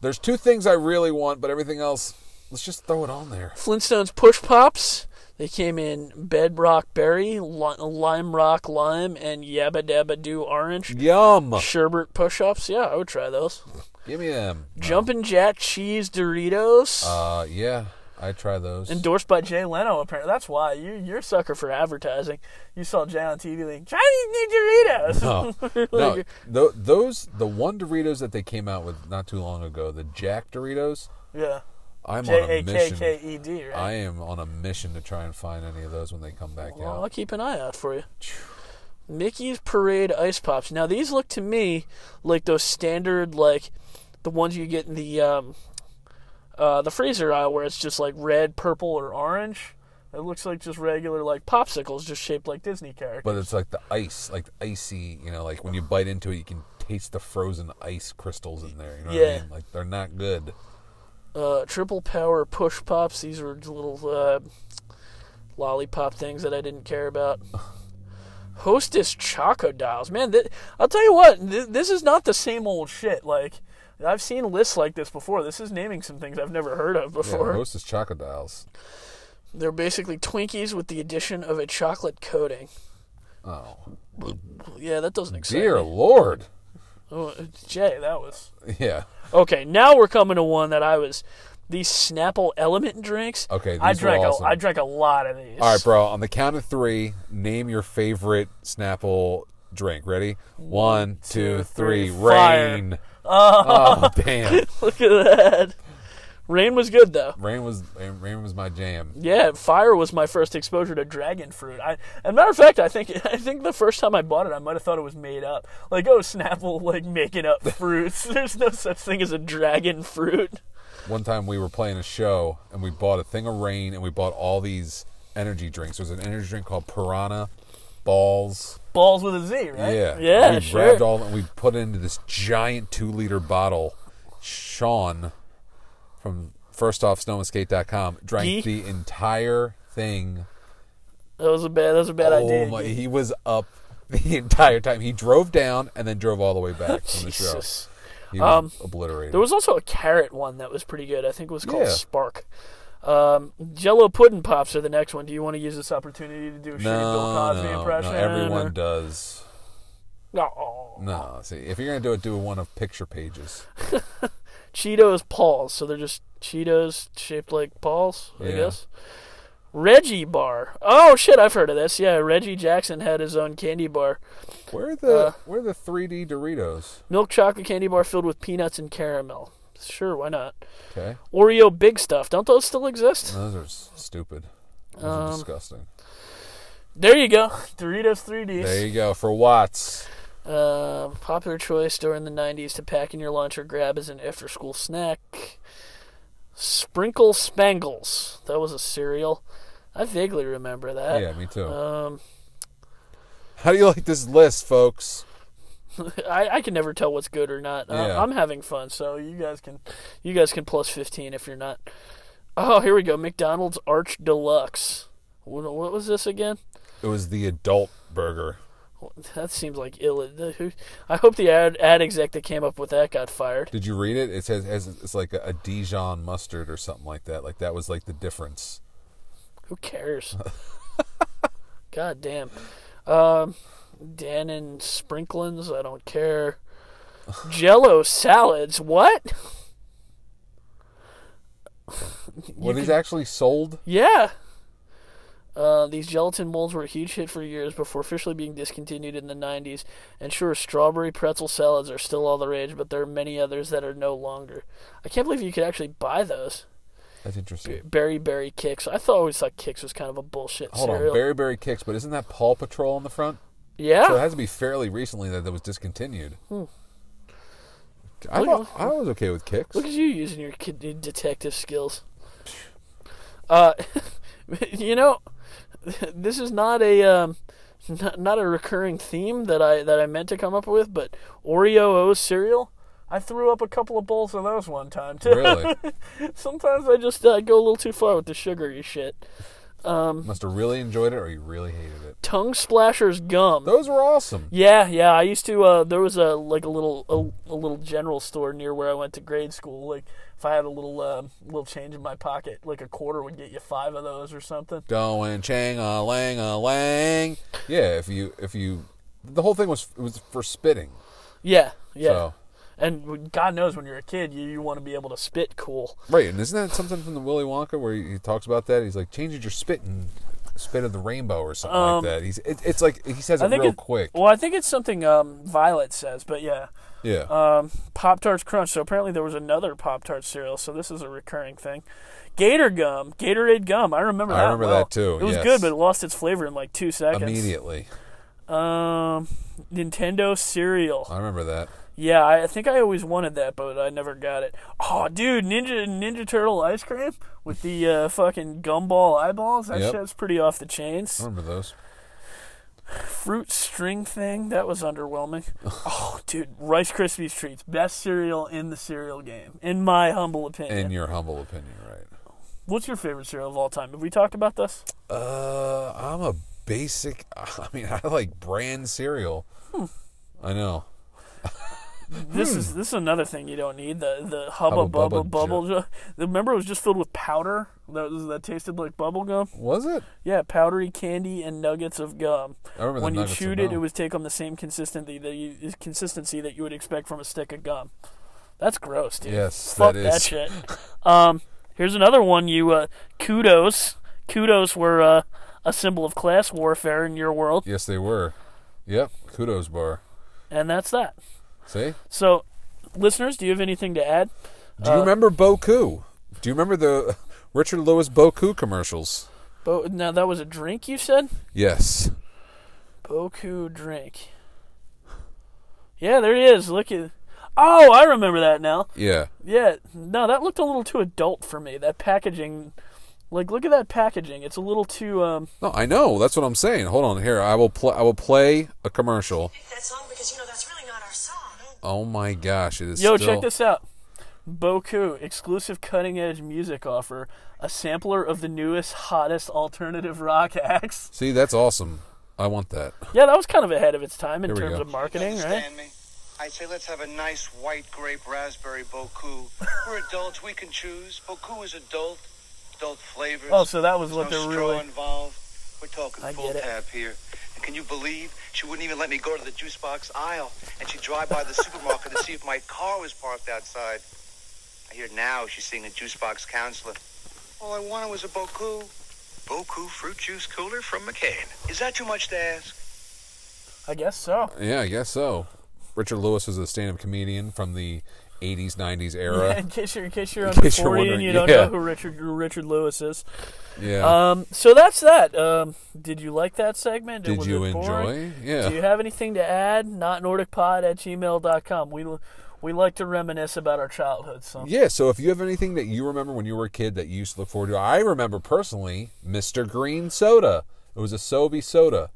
Speaker 2: there's two things I really want, but everything else, let's just throw it on there.
Speaker 1: Flintstones push pops. They came in bedrock berry, li- lime rock lime, and yabba dabba do
Speaker 2: Mm.
Speaker 1: orange.
Speaker 2: Yum!
Speaker 1: Sherbet push ups. Yeah, I would try those.
Speaker 2: Give me them.
Speaker 1: Jumpin' Jack Cheese Doritos,
Speaker 2: Uh, yeah, I try those.
Speaker 1: endorsed by Jay Leno. Apparently, that's why you you're a sucker for advertising. You saw Jay on TV like Chinese new Doritos.
Speaker 2: no, no, tho- those the one Doritos that they came out with not too long ago, the Jack Doritos.
Speaker 1: yeah,
Speaker 2: I'm on
Speaker 1: J
Speaker 2: a
Speaker 1: A K
Speaker 2: mission.
Speaker 1: K E D. Right.
Speaker 2: I am on a mission to try and find any of those when they come back
Speaker 1: Well, I'll
Speaker 2: out.
Speaker 1: keep an eye out for you. Mickey's Parade Ice Pops. Now these look to me like those standard like the ones you get in the um, uh, the freezer aisle where it's just like red, purple, or orange. It looks like just regular like popsicles, just shaped like Disney characters.
Speaker 2: But it's like the ice, like the icy. You know, like when you bite into it, you can taste the frozen ice crystals in there. You know what
Speaker 1: Yeah.
Speaker 2: I mean? Like they're not good.
Speaker 1: uh, triple power push pops. These were little uh, lollipop things that I didn't care about. Hostess Choco Dials, man. Th- I'll tell you what, th- this is not the same old shit. Like I've seen lists like this before. This is naming some things I've never heard of
Speaker 2: Yeah,
Speaker 1: before.
Speaker 2: Hostess Chocodiles.
Speaker 1: They're basically Twinkies with the addition of a chocolate coating.
Speaker 2: Oh,
Speaker 1: Yeah, that doesn't excite
Speaker 2: dear
Speaker 1: me.
Speaker 2: lord.
Speaker 1: Oh, Jay, that was
Speaker 2: Yeah.
Speaker 1: okay. Now we're coming to one that I was. These Snapple Element drinks.
Speaker 2: Okay,
Speaker 1: I
Speaker 2: these were
Speaker 1: drank
Speaker 2: awesome.
Speaker 1: a I drank a lot of these.
Speaker 2: All right, bro. On the count of three, name your favorite Snapple drink. Ready? One, two,
Speaker 1: two, three.
Speaker 2: three.
Speaker 1: Fire.
Speaker 2: Rain. Oh, damn.
Speaker 1: Look at that. Rain was good though.
Speaker 2: Rain was Rain, Rain was my jam.
Speaker 1: Yeah, Fire was my first exposure to dragon fruit. I, as a matter of fact, I think I think the first time I bought it, I might have thought it was made up. Like, oh, Snapple like making up fruits. There's no such thing as a dragon fruit.
Speaker 2: One time we were playing a show and we bought a thing of Rain and we bought all these energy drinks. There was an energy drink called Piranha Balls.
Speaker 1: Balls with a Z, right?
Speaker 2: Yeah.
Speaker 1: yeah,
Speaker 2: We
Speaker 1: sure.
Speaker 2: grabbed all and we put it into this giant two liter bottle. Sean from first off snowmanskate.com drank
Speaker 1: Geek.
Speaker 2: the entire thing.
Speaker 1: that was a bad. That was a bad
Speaker 2: oh
Speaker 1: idea.
Speaker 2: my he was up the entire time. He drove down and then drove all the way back from the show.
Speaker 1: Jesus. Um,
Speaker 2: He was obliterated.
Speaker 1: There was also a carrot one that was pretty good. I think it was called
Speaker 2: Yeah.
Speaker 1: Spark. Um, Jello pudding pops are the next one. Do you want to use this opportunity to do a shitty Bill Cosby
Speaker 2: no,
Speaker 1: impression?
Speaker 2: No, everyone does.
Speaker 1: No.
Speaker 2: No, see, if you're gonna do it, do one of picture pages.
Speaker 1: Cheetos paws, so they're just Cheetos shaped like paws, I
Speaker 2: Yeah.
Speaker 1: guess. Reggie bar. Oh shit, I've heard of this. Yeah, Reggie Jackson had his own candy bar.
Speaker 2: Where are the
Speaker 1: Uh.
Speaker 2: where are the 3D Doritos?
Speaker 1: Milk chocolate candy bar filled with peanuts and caramel. Sure, why not?
Speaker 2: Okay,
Speaker 1: Oreo big stuff. Don't those still exist?
Speaker 2: those are s- stupid. Those
Speaker 1: Um,
Speaker 2: are disgusting.
Speaker 1: There you go. Doritos 3Ds.
Speaker 2: There you go for Watts.
Speaker 1: Uh, popular choice during the 90s to pack in your lunch or grab as an after school snack. Sprinkle Spangles. That was a cereal. I vaguely remember that.
Speaker 2: Yeah, me too.
Speaker 1: Uh, Um,
Speaker 2: How do you like this list, folks?
Speaker 1: I, I can never tell what's good or not. Uh,
Speaker 2: Yeah.
Speaker 1: I'm having fun, so you guys can you guys can plus 15 if you're not. Oh, here we go. McDonald's Arch Deluxe. What, what was this again?
Speaker 2: It was the adult burger.
Speaker 1: That seems like ill. who- I hope the ad, ad exec that came up with that got fired.
Speaker 2: Did you read it? It says has, it's like a, a Dijon mustard or something like that. Like that was like the difference.
Speaker 1: Who cares? God damn. Um, Dan and sprinklins. I don't care. Jello salads. What?
Speaker 2: What is actually sold?
Speaker 1: Yeah. Uh, these gelatin molds were a huge hit for years before officially being discontinued in the 90s. And sure, strawberry pretzel salads are still all the rage, but there are many others that are no longer. I can't believe you could actually buy those.
Speaker 2: That's interesting.
Speaker 1: Berry Berry Kicks. I thought, always thought Kicks was kind of a bullshit
Speaker 2: Hold
Speaker 1: cereal. Ah!
Speaker 2: on, Berry Berry Kicks, but isn't that Paw Patrol on the front?
Speaker 1: yeah.
Speaker 2: So it has to be fairly recently that that was discontinued. I,
Speaker 1: Hmm. Look-
Speaker 2: I was okay with kicks.
Speaker 1: Look at you using your kid- your detective skills. Uh, you know, this is not a um, not, not a recurring theme that I that I meant to come up with, but Oreo O's cereal. I threw up a couple of bowls of those one time too.
Speaker 2: Really?
Speaker 1: Sometimes I just uh, go a little too far with the sugary shit.
Speaker 2: Must have really enjoyed it or you really hated it.
Speaker 1: Tongue splashers gum.
Speaker 2: Those were awesome.
Speaker 1: Yeah, yeah. I used to. Uh, there was a like a little a, a little general store near where I went to grade school. Like if I had a little um, little change in my pocket, like a quarter would get you five of those or something.
Speaker 2: Going chang a lang a lang. Yeah, if you if you the whole thing was it was for spitting.
Speaker 1: Yeah, yeah.
Speaker 2: So
Speaker 1: And when- God knows when you're a kid, you you want to be able to spit cool.
Speaker 2: Right, and isn't that something from the Willy Wonka where he he talks about that? He's like, changes your spit and spit of the rainbow or something like that. He's it, it's like he says
Speaker 1: Um, I
Speaker 2: it
Speaker 1: think
Speaker 2: real
Speaker 1: it-
Speaker 2: quick.
Speaker 1: Well, I think it's something um, Violet says, but yeah,
Speaker 2: Yeah,
Speaker 1: uh, Pop Tarts Crunch. So apparently there was another Pop Tart cereal. So this is a recurring thing. Gator gum, Gatorade gum. I remember
Speaker 2: I
Speaker 1: that.
Speaker 2: remember
Speaker 1: well.
Speaker 2: that too,
Speaker 1: It was
Speaker 2: yes.
Speaker 1: good, but it lost its flavor in like two seconds.
Speaker 2: immediately.
Speaker 1: Um, Nintendo cereal.
Speaker 2: I remember that.
Speaker 1: Yeah, I I think I always wanted that, but I never got it. Oh, dude, Ninja Ninja Turtle ice cream with the uh, fucking gumball eyeballs. That
Speaker 2: Yep.
Speaker 1: shit's pretty off the
Speaker 2: I
Speaker 1: chains.
Speaker 2: remember those.
Speaker 1: Fruit string thing that was underwhelming. oh, dude, Rice Krispies treats, best cereal in the cereal game, in my humble opinion.
Speaker 2: In your humble opinion, right?
Speaker 1: What's your favorite cereal of all time? Have we talked about this?
Speaker 2: Uh, I'm a basic. I mean, I like brand cereal.
Speaker 1: Hmm.
Speaker 2: I know.
Speaker 1: This is this is another thing you don't need the the Hmm. hubba
Speaker 2: Hubba
Speaker 1: bubba,
Speaker 2: Bubba
Speaker 1: bubble. Ju- remember, it was just filled with powder that was, that tasted like bubble gum.
Speaker 2: Was it?
Speaker 1: Yeah, powdery candy and nuggets of gum.
Speaker 2: I remember the
Speaker 1: when you
Speaker 2: nuggets of
Speaker 1: chewed it,
Speaker 2: gum.
Speaker 1: it would take on the same consistency that you consistency that you would expect from a stick of gum. That's gross, dude.
Speaker 2: Yes,
Speaker 1: Fuck
Speaker 2: that
Speaker 1: that,
Speaker 2: is.
Speaker 1: shit. um, here's another one. You uh, kudos. Kudos were uh, a symbol of class warfare in your world,
Speaker 2: Yes, they were. Yep. Kudos bar.
Speaker 1: and that's that.
Speaker 2: See?
Speaker 1: So, listeners, do you have anything to add?
Speaker 2: Do you remember Boku? Do you remember the Richard Lewis Boku commercials?
Speaker 1: But now that was a drink you said?
Speaker 2: Yes.
Speaker 1: Boku drink. Yeah, there it is. Look at. Oh, I remember that now.
Speaker 2: Yeah.
Speaker 1: Yeah, no, that looked a little too adult for me. That packaging, like, look at that packaging. It's a little too. Um,
Speaker 2: No, I know. That's what I'm saying. Hold on here. I will play. I will play a commercial.
Speaker 10: that song because you know that's really not our song.
Speaker 2: Oh my gosh! It is.
Speaker 1: yo,
Speaker 2: still-
Speaker 1: check this out. Boku exclusive cutting edge music offer. A sampler of the newest, hottest alternative rock acts.
Speaker 2: See, that's awesome. I want that.
Speaker 1: Yeah, that was kind of ahead of its time in
Speaker 2: Here we
Speaker 1: terms
Speaker 2: go.
Speaker 1: of marketing, right?
Speaker 6: Understand me? I say let's have a nice white grape raspberry boku. We're adults, we can choose. Boku is adult, adult flavors.
Speaker 1: Oh, so that was
Speaker 6: There's
Speaker 1: what
Speaker 6: no
Speaker 1: they're
Speaker 6: straw
Speaker 1: really.
Speaker 6: involved. We're talking
Speaker 1: I
Speaker 6: full
Speaker 1: get it.
Speaker 6: tab here. And can you believe she wouldn't even let me go to the juice box aisle and she'd drive by the supermarket to see if my car was parked outside. I hear now she's seeing a juice box counselor. All I wanted was a boku.
Speaker 7: Boku fruit juice cooler from McCain.
Speaker 6: Is that too much to ask?
Speaker 1: I guess so.
Speaker 2: Yeah, I guess so. Richard Lewis is a stand-up comedian from the '80s, '90s era.
Speaker 1: in case you're in case you're
Speaker 2: In
Speaker 1: under
Speaker 2: case you're
Speaker 1: forty and
Speaker 2: wondering,
Speaker 1: you don't
Speaker 2: yeah.
Speaker 1: know who Richard who Richard Lewis is.
Speaker 2: Yeah.
Speaker 1: Um, so that's that. Um, did you like that segment?
Speaker 2: Did
Speaker 1: Was
Speaker 2: you
Speaker 1: it boring?
Speaker 2: enjoy? Yeah.
Speaker 1: Do you have anything to add? Not NordicPod at gmail.com. We, we like to reminisce about our childhood. So.
Speaker 2: yeah. So if you have anything that you remember when you were a kid that you used to look forward to, I remember personally Mr. Green Soda. It was a Sobe soda.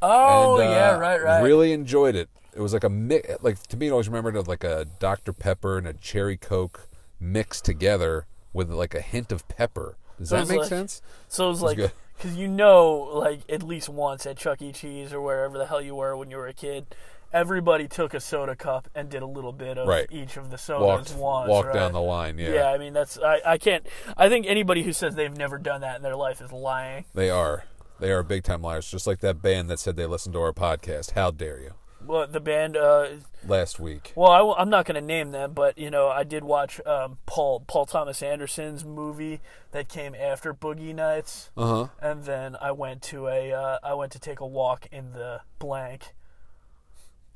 Speaker 1: Oh,
Speaker 2: and, uh,
Speaker 1: yeah, right, right.
Speaker 2: Really enjoyed it. It was like a mi- like to me. I always remembered of like a Dr Pepper and a Cherry Coke mixed together with like a hint of pepper. Does
Speaker 1: So
Speaker 2: that
Speaker 1: it's
Speaker 2: make
Speaker 1: like-
Speaker 2: sense?
Speaker 1: So it was like,
Speaker 2: good.
Speaker 1: because you know, like, at least once at Chuck E. Cheese or wherever the hell you were when you were a kid, everybody took a soda cup and did a little bit of
Speaker 2: Right.
Speaker 1: each of the sodas
Speaker 2: Walked
Speaker 1: once.
Speaker 2: walked
Speaker 1: right?
Speaker 2: down the line. Yeah,
Speaker 1: Yeah, I mean, that's, I, I can't, I think anybody who says they've never done that in their life is lying.
Speaker 2: they are. They are big time liars. Just like that band that said they listened to our podcast. How dare you?
Speaker 1: Well, the band, uh,
Speaker 2: Last week.
Speaker 1: Well, I, am not going to name them, but you know, I did watch um, Paul Paul Thomas Anderson's movie that came after Boogie Nights,
Speaker 2: Uh huh.
Speaker 1: and then I went to a uh, I went to take a walk in the blank.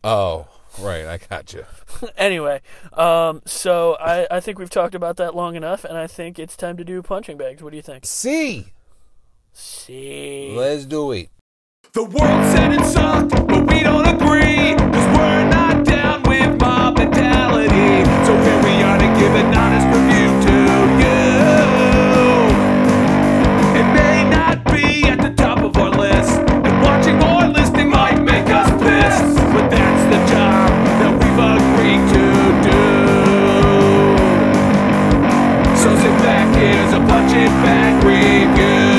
Speaker 2: Oh, right. I got you.
Speaker 1: anyway, um, so I, I think we've talked about that long enough, and I think it's time to do punching bags. What do you think?
Speaker 2: See,
Speaker 1: See.
Speaker 2: let's do it.
Speaker 3: The world said it sucked, but we don't agree. Cause we're not down with mob mentality. So here we are to give an honest review to you. It may not be at the top of our list, and watching or listening might make us pissed. But that's the job that we've agreed to do. So sit back, here's a punch it back review.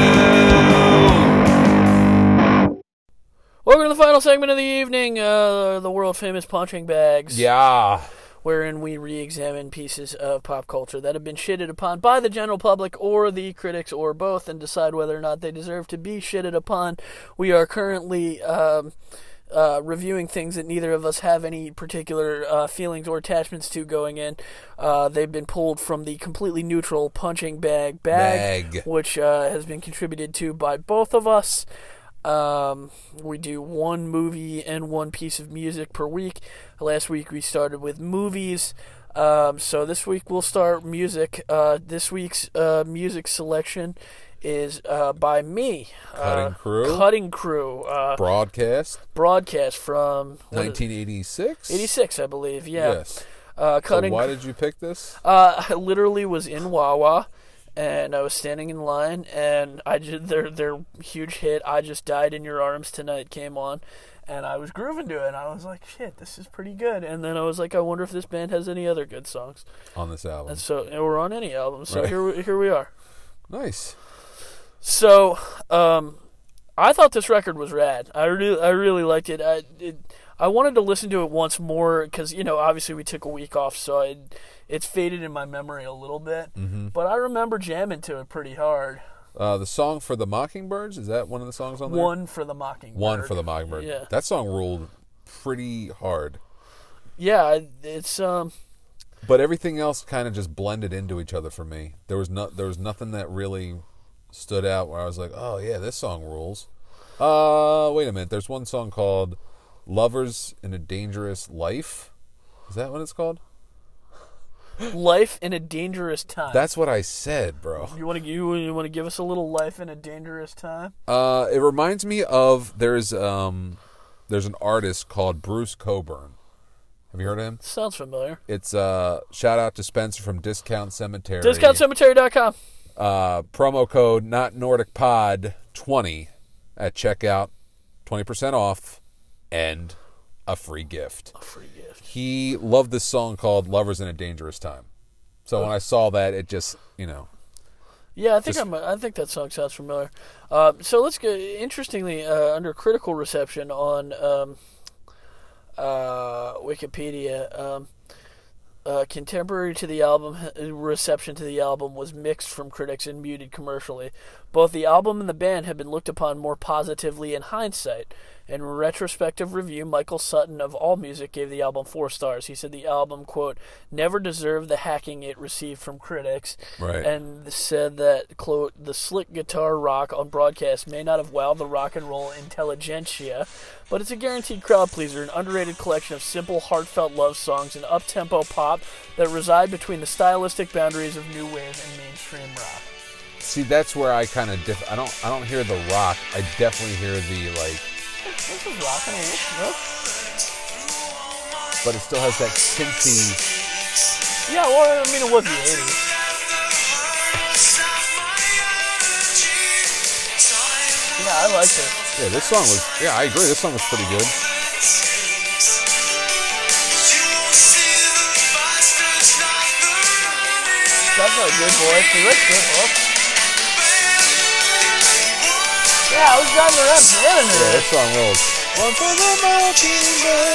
Speaker 1: Welcome to the final segment of the evening, uh, the world famous punching bags.
Speaker 2: Yeah.
Speaker 1: wherein we re examine pieces of pop culture that have been shitted upon by the general public or the critics or both and decide whether or not they deserve to be shitted upon. We are currently um, uh, reviewing things that neither of us have any particular uh, feelings or attachments to going in. Uh, they've been pulled from the completely neutral punching bag bag,
Speaker 2: Bag.
Speaker 1: which uh, has been contributed to by both of us. Um, we do one movie and one piece of music per week. Last week we started with movies. Um, so this week we'll start music. Uh, this week's uh, music selection is uh, by me.
Speaker 2: Cutting
Speaker 1: uh,
Speaker 2: Crew?
Speaker 1: Cutting Crew. Uh,
Speaker 2: Broadcast
Speaker 1: broadcast from what is it?
Speaker 2: 1986.
Speaker 1: 86, I believe. Uh, Yeah.
Speaker 2: Yes.
Speaker 1: Uh,
Speaker 2: So
Speaker 1: cutting.
Speaker 2: why did you pick this?
Speaker 1: Uh, I literally was in Wawa, and I was standing in line, and I just, their their huge hit "I Just Died in Your Arms Tonight" came on, and I was grooving to it, and I was like, "Shit, this is pretty good." And then I was like, "I wonder if this band has any other good songs."
Speaker 2: on this album.
Speaker 1: And so and we're on any album, so
Speaker 2: Right.
Speaker 1: here we, here we are.
Speaker 2: nice.
Speaker 1: So, um, I thought this record was rad. I really, I really liked it. I, it, I wanted to listen to it once more because you know, obviously we took a week off, so I, it's faded in my memory a little bit.
Speaker 2: Mm-hmm.
Speaker 1: But I remember jamming to it pretty hard.
Speaker 2: Uh, the song for the Mockingbirds is that one of the songs on there?
Speaker 1: One for the Mockingbird.
Speaker 2: One for the Mockingbird.
Speaker 1: Yeah.
Speaker 2: That song ruled pretty hard,
Speaker 1: Yeah, I- it's um,
Speaker 2: but everything else kind of just blended into each other for me. There was no, there was nothing that really stood out where I was like, oh yeah, this song rules. Uh, wait a minute. There's one song called "Lovers in a Dangerous Life." Is that what it's called?
Speaker 1: life in a dangerous time.
Speaker 2: That's what I said, bro.
Speaker 1: you want to you, you want to give us a little life in a dangerous time.
Speaker 2: Uh, it reminds me of there's um there's an artist called Bruce Coburn. Have you heard of him?
Speaker 1: Sounds familiar.
Speaker 2: It's uh shout out to Spencer from Discount Cemetery.
Speaker 1: DiscountCemetery.com.
Speaker 2: uh, promo code not Nordic Pod twenty at checkout, twenty percent off, and a free gift. A
Speaker 1: free gift.
Speaker 2: He loved this song called "Lovers in a Dangerous Time," so when I saw that, it just you know
Speaker 1: Yeah, I think I'm, I think that song sounds familiar. Uh, so let's go. Interestingly, uh, under critical reception on um, uh, Wikipedia, um, uh, contemporary to the album, uh, reception to the album was mixed from critics and muted commercially. Both the album and the band have been looked upon more positively in hindsight. In a retrospective review, Michael Sutton of AllMusic gave the album four stars. He said the album, quote, never deserved the hacking it received from critics,
Speaker 2: Right.
Speaker 1: and said that, quote, the slick guitar rock on broadcast may not have wowed the rock and roll intelligentsia, but it's a guaranteed crowd pleaser, an underrated collection of simple, heartfelt love songs and up tempo pop that reside between the stylistic boundaries of new wave and mainstream rock.
Speaker 2: see that's where I kind of diff- I don't I don't hear the rock. I definitely hear the like,
Speaker 1: This is rock and roll.
Speaker 2: but it still has that synthy.
Speaker 1: Yeah, well, I mean, it was the 80s. Yeah, I like it.
Speaker 2: Yeah, this song was. Yeah, I agree. This song was pretty good.
Speaker 1: That's got a good voice. He looks good, huh? Yeah, I was driving around jamming to
Speaker 2: Yeah,
Speaker 1: this.
Speaker 2: this song rules. One for the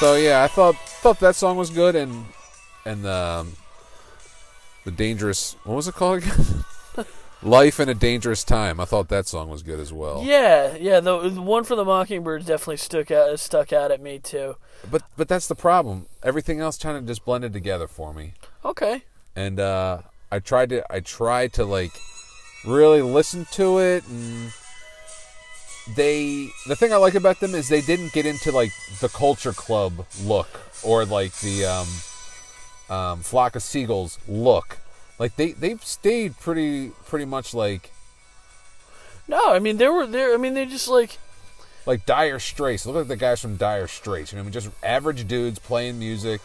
Speaker 2: So yeah, I thought thought that song was good and and um, the dangerous what was it called again? Life in a Dangerous Time. I thought that song was good as well.
Speaker 1: Yeah, yeah. The, the one for the Mockingbird definitely stuck out. uh, Stuck out at me too.
Speaker 2: But but that's the problem. Everything else kind of just blended together for me.
Speaker 1: Okay.
Speaker 2: And uh, I tried to I tried to like really listen to it and they the thing I like about them is they didn't get into like the culture club look or like the um, um, flock of seagulls look. Like they they've stayed pretty pretty much like
Speaker 1: No, I mean there were there. I mean they just like
Speaker 2: like Dire Straits. Look at the guys from Dire Straits. You know, what I mean, just average dudes playing music.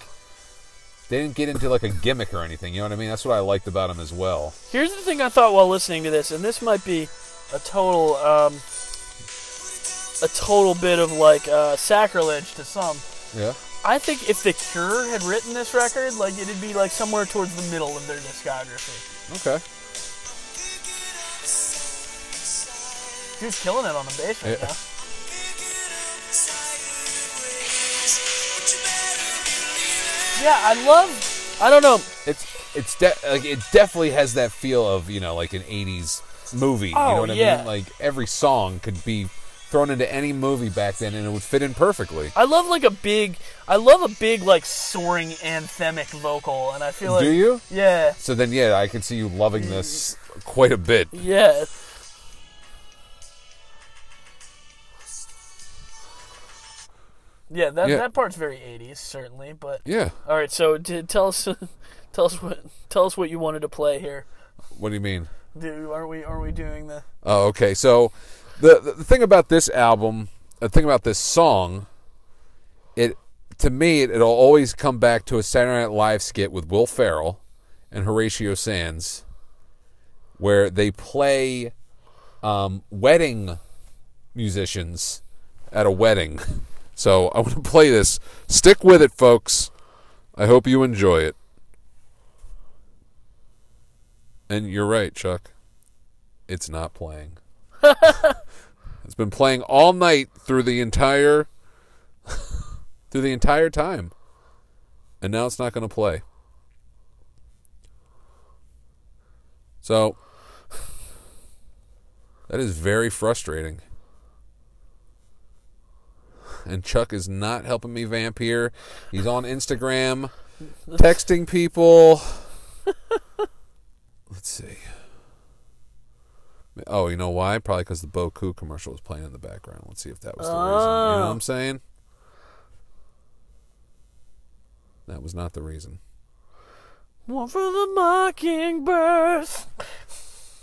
Speaker 2: They didn't get into like a gimmick or anything. You know what I mean? That's what I liked about them as well.
Speaker 1: Here's the thing I thought while listening to this, and this might be a total, um, a total bit of like uh, sacrilege to some.
Speaker 2: Yeah.
Speaker 1: I think if The Cure had written this record, like it'd be like somewhere towards the middle of their discography.
Speaker 2: Okay.
Speaker 1: Dude's killing it on the bass right
Speaker 2: Yeah.
Speaker 1: now. Yeah, I love. I don't know.
Speaker 2: It's it's de- like it definitely has that feel of you know like an '80s movie. you
Speaker 1: Oh,
Speaker 2: know what I
Speaker 1: yeah.
Speaker 2: mean? Like every song could be thrown into any movie back then, and it would fit in perfectly.
Speaker 1: I love like a big. I love a big like soaring anthemic vocal, and I feel like.
Speaker 2: Do you?
Speaker 1: Yeah.
Speaker 2: So then, yeah, I could see you loving this quite a bit.
Speaker 1: Yeah. Yeah, that
Speaker 2: Yeah.
Speaker 1: that part's very 80s certainly, but
Speaker 2: Yeah.
Speaker 1: All right, so d tell us tell us what tell us what you wanted to play here.
Speaker 2: What do you mean?
Speaker 1: Do are we are we doing the
Speaker 2: Oh, okay. So the the thing about this album, the thing about this song, it to me it, it'll always come back to a Saturday Night Live skit with Will Ferrell and Horatio Sands, where they play um, wedding musicians at a wedding. So I want to play this. Stick with it, folks. I hope you enjoy it. And you're right, Chuck it's not playing. it's been playing all night through the entire through the entire time. And now it's not going to play. So that is very frustrating. And Chuck is not helping me vamp here. He's on Instagram texting people. Let's see. Oh, you know why? Probably because the Boku commercial was playing in the background. Let's see if that was the reason. You know what
Speaker 1: Oh.
Speaker 2: I'm saying? That was not the reason.
Speaker 1: One for the mockingbird. Is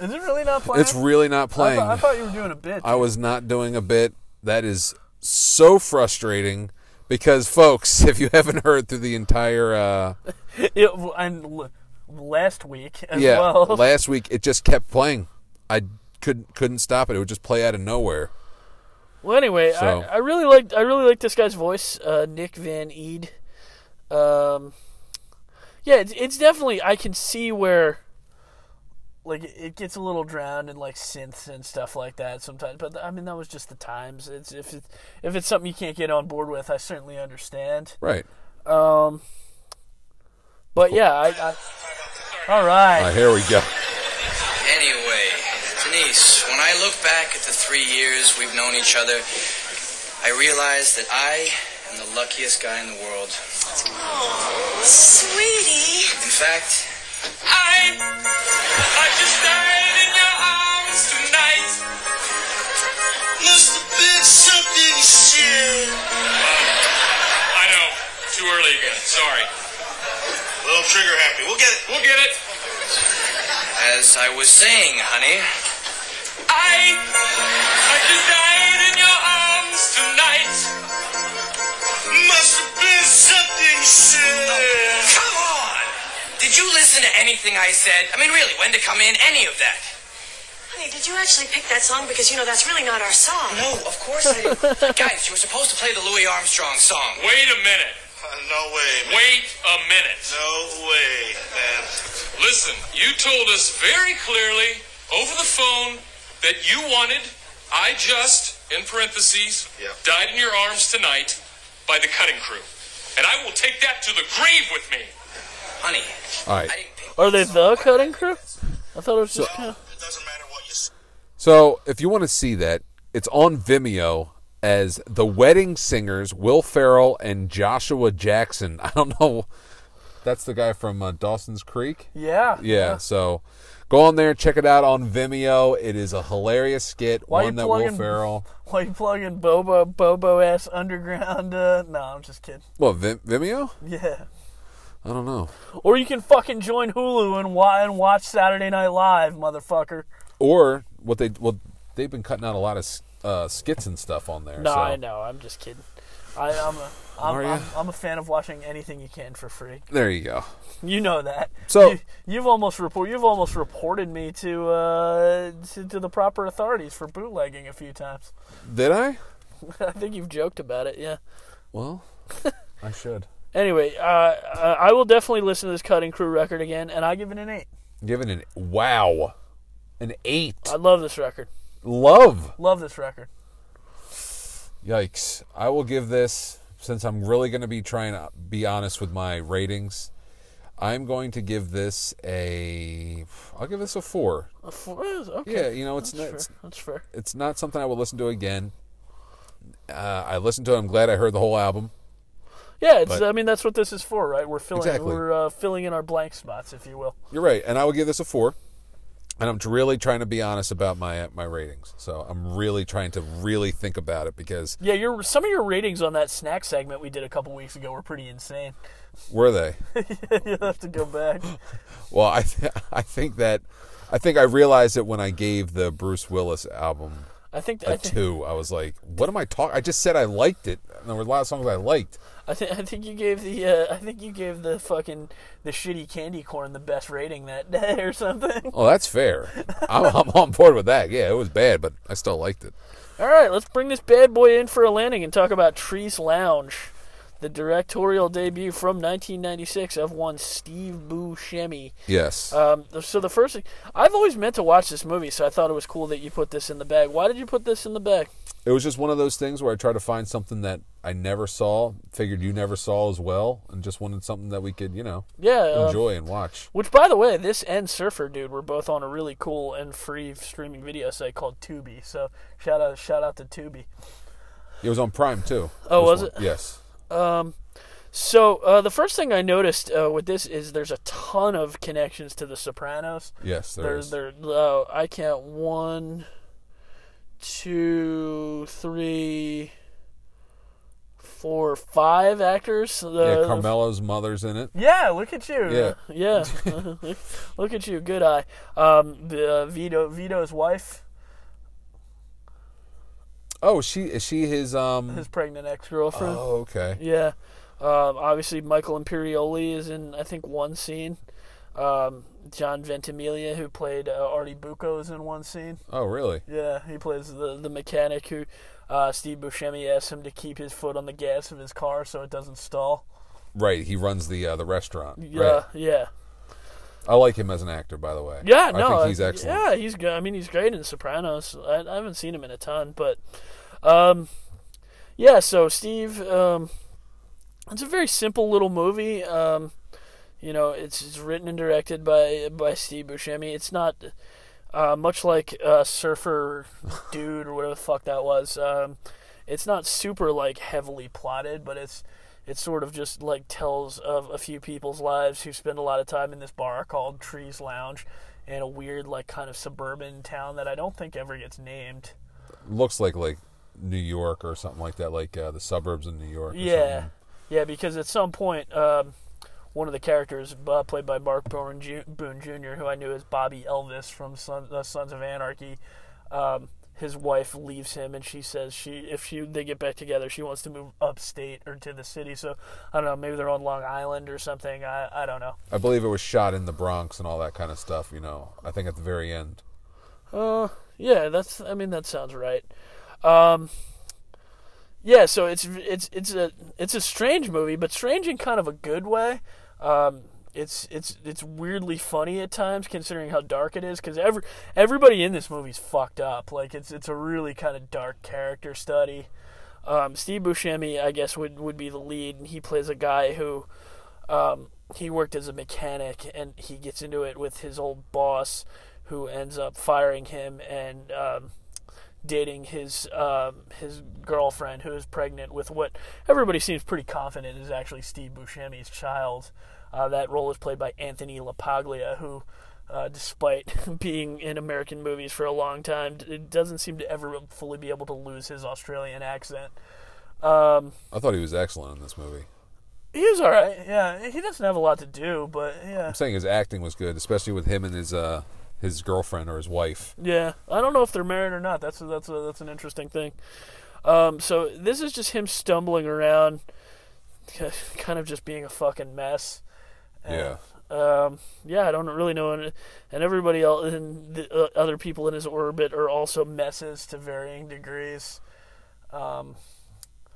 Speaker 1: it really not playing?
Speaker 2: It's really not playing.
Speaker 1: I thought, I thought you were doing a bit.
Speaker 2: I was not doing a bit. That is so frustrating because, folks, if you haven't heard through the entire uh,
Speaker 1: It, and l- last week as
Speaker 2: yeah
Speaker 1: well.
Speaker 2: last week, it just kept playing. I could couldn't stop it. It would just play out of nowhere.
Speaker 1: Well, anyway,
Speaker 2: So-
Speaker 1: I, I really liked I really liked this guy's voice, uh, Nick Van Eed. Um, yeah, it's, it's definitely I can see where like it gets a little drowned in like synths and stuff like that sometimes. But I mean, that was just the times. It's if it, if it's something you can't get on board with, I certainly understand.
Speaker 2: Right.
Speaker 1: Um, but yeah, I, I all right.
Speaker 2: Uh, here we go.
Speaker 11: Anyway, Denise, when I look back at the three years we've known each other, I realize that I am the luckiest guy in the world.
Speaker 10: Oh, sweetie.
Speaker 11: In fact,
Speaker 10: I. I just died in your arms tonight. Must have been some big shit.
Speaker 12: I know. Too early again. Sorry.
Speaker 11: a little trigger happy. We'll get it. We'll get it. As I was saying, honey,
Speaker 10: I. I just died in your arms tonight. Must have been something shit.
Speaker 11: come on. Did you listen to anything I said? I mean, really, when to come in, any of that?
Speaker 10: Honey, did you actually pick that song? Because you know that's really not our song.
Speaker 11: No, of course I didn't. Guys, you were supposed to play the Louis Armstrong song.
Speaker 12: Wait a minute.
Speaker 7: Uh, no way.
Speaker 12: Wait a minute.
Speaker 7: No way, man.
Speaker 12: Listen, you told us very clearly over the phone that you wanted I just, in parentheses, died in your arms tonight by the cutting crew. And I will take that to the grave with me.
Speaker 11: Honey.
Speaker 2: All right.
Speaker 1: Are they the cutting crew? I thought it was just. kinda-
Speaker 2: So, if you want to see that, it's on Vimeo as the wedding singers Will Farrell and Joshua Jackson. I don't know. That's the guy from uh, Dawson's Creek.
Speaker 1: Yeah.
Speaker 2: Yeah. So, go on there, check it out on Vimeo. It is a hilarious skit.
Speaker 1: Why you
Speaker 2: one that Will
Speaker 1: plugging-
Speaker 2: Farrell.
Speaker 1: Why you plugging Bobo Bobo ass underground? Uh, no, I'm just kidding.
Speaker 2: What Vim- Vimeo?
Speaker 1: Yeah.
Speaker 2: I don't know.
Speaker 1: Or you can fucking join Hulu and, wa- and watch Saturday Night Live, motherfucker.
Speaker 2: Or what they well they've been cutting out a lot of s- uh, skits and stuff on there.
Speaker 1: No,
Speaker 2: so.
Speaker 1: I know. I'm just kidding. I, I'm, a,
Speaker 2: Are
Speaker 1: I'm,
Speaker 2: ya?
Speaker 1: I'm, I'm a fan of watching anything you can for free.
Speaker 2: There you go.
Speaker 1: You know that.
Speaker 2: So-
Speaker 1: you, you've almost report you've almost reported me to, uh, to to the proper authorities for bootlegging a few times.
Speaker 2: Did I?
Speaker 1: I think you've joked about it. Yeah.
Speaker 2: Well, I should.
Speaker 1: Anyway, uh, uh, I will definitely listen to this Cutting Crew record again, and I give it an eight.
Speaker 2: Give it an wow, an eight.
Speaker 1: I love this record.
Speaker 2: Love.
Speaker 1: Love this record.
Speaker 2: Yikes. I will give this, since I'm really going to be trying to be honest with my ratings, I'm going to give this a. I'll give this a four.
Speaker 1: A four is- okay.
Speaker 2: Yeah, you know, it's
Speaker 1: That's
Speaker 2: not- it's-
Speaker 1: fair. That's fair.
Speaker 2: It's not something I will listen to again. Uh, I listened to it. I'm glad I heard the whole album.
Speaker 1: Yeah, it's.
Speaker 2: But-
Speaker 1: I mean, that's what this is for, right? We're filling.
Speaker 2: Exactly.
Speaker 1: We're uh, filling in our blank spots, if you will.
Speaker 2: You're right, and I will give this a four. And I'm really trying to be honest about my my ratings. So I'm really trying to really think about it because
Speaker 1: Yeah, your some of your ratings on that snack segment we did a couple weeks ago were pretty insane.
Speaker 2: were they?
Speaker 1: You'll have to go back.
Speaker 2: Well, I th- I think that I think I realized it when I gave the Bruce Willis album
Speaker 1: I think-
Speaker 2: a
Speaker 1: I think-
Speaker 2: two. I was like, "What am I talking?" I just said I liked it. And there were a lot of songs I liked.
Speaker 1: I think I think you gave the uh, I think you gave the fucking the shitty candy corn the best rating that day or something.
Speaker 2: Oh, that's fair. I'm, I'm on board with that. Yeah, it was bad, but I still liked it.
Speaker 1: All right, let's bring this bad boy in for a landing and talk about Trees Lounge, the directorial debut from 1996 of one Steve Buscemi.
Speaker 2: Yes.
Speaker 1: Um, so the first thing I've always meant to watch this movie, so I thought it was cool that you put this in the bag. Why did you put this in the bag?
Speaker 2: It was just one of those things where I tried to find something that I never saw, figured you never saw as well, and just wanted something that we could, you know,
Speaker 1: Yeah,
Speaker 2: enjoy
Speaker 1: um,
Speaker 2: and watch.
Speaker 1: Which, by the way, this and Surfer Dude were both on a really cool and free streaming video site called Tubi. So shout out, shout out to Tubi.
Speaker 2: It was on Prime too.
Speaker 1: Oh,
Speaker 2: This
Speaker 1: was it?
Speaker 2: one. Yes.
Speaker 1: Um, So uh, the first thing I noticed uh, with this is there's a ton of connections to The Sopranos.
Speaker 2: Yes, there
Speaker 1: there
Speaker 2: is.
Speaker 1: There, uh, I count one, two, three, four, five actors. Uh, The-
Speaker 2: yeah, Carmelo's mother's in it.
Speaker 1: Yeah, look at you.
Speaker 2: Yeah.
Speaker 1: yeah. Look- look at you, good eye. Um, the, uh, Vito, Vito's wife,
Speaker 2: Oh, she is she his um
Speaker 1: his pregnant ex-girlfriend.
Speaker 2: Oh, okay.
Speaker 1: Yeah. Um, obviously, Michael Imperioli is in, I think, one scene. Um, John Ventimiglia, who played uh, Artie Bucco, is in one scene.
Speaker 2: Oh, really?
Speaker 1: Yeah, he plays the, the mechanic who uh, Steve Buscemi asks him to keep his foot on the gas of his car so it doesn't stall.
Speaker 2: Right, he runs the uh, the restaurant.
Speaker 1: Yeah,
Speaker 2: Right.
Speaker 1: yeah.
Speaker 2: I like him as an actor, by the way.
Speaker 1: Yeah,
Speaker 2: I
Speaker 1: no,
Speaker 2: think
Speaker 1: uh,
Speaker 2: he's excellent.
Speaker 1: Yeah, he's good. I mean, he's great in Sopranos. I, I haven't seen him in a ton, but um, yeah. So Steve, um, it's a very simple little movie. Um, you know, it's, it's written and directed by by Steve Buscemi. It's not uh, much like uh, Surfer Dude or whatever the fuck that was. Um, it's not super like heavily plotted, but it's it sort of just like tells of a few people's lives who spend a lot of time in this bar called Trees Lounge in a weird like kind of suburban town that I don't think ever gets named.
Speaker 2: Looks like like New York or something like that, like uh, the suburbs in New York. or
Speaker 1: Yeah,
Speaker 2: something.
Speaker 1: yeah, because at some point, um, one of the characters uh, played by Mark Boone, Ju- Boone Jr., who I knew as Bobby Elvis from Son- the Sons of Anarchy, um, his wife leaves him, and she says she if she they get back together, she wants to move upstate or to the city. So I don't know, maybe they're on Long Island or something. I I don't know.
Speaker 2: I believe it was shot in the Bronx and all that kind of stuff. You know, I think at the very end.
Speaker 1: Uh, yeah, that's. I mean, that sounds right. Um, yeah, so it's it's it's a it's a strange movie, but strange in kind of a good way. Um, it's it's it's weirdly funny at times, considering how dark it is. Because every everybody in this movie's fucked up. Like it's it's a really kind of dark character study. Um, Steve Buscemi, I guess, would would be the lead, and he plays a guy who um, he worked as a mechanic and he gets into it with his old boss who ends up firing him and um, dating his um, his girlfriend who is pregnant with what everybody seems pretty confident is actually Steve Buscemi's child. Uh, that role is played by Anthony LaPaglia, who, uh, despite being in American movies for a long time, d- doesn't seem to ever fully be able to lose his Australian accent. Um,
Speaker 2: I thought he was excellent in this movie.
Speaker 1: he is all right. Yeah, he doesn't have a lot to do, but yeah.
Speaker 2: I'm saying his acting was good, especially with him and his uh his girlfriend or his wife.
Speaker 1: Yeah, I don't know if they're married or not. That's that's a, that's an interesting thing. Um, so this is just him stumbling around, kind of just being a fucking mess.
Speaker 2: Yeah.
Speaker 1: Um, yeah, I don't really know, and, and everybody else and the, uh, other people in his orbit are also messes to varying degrees. Um,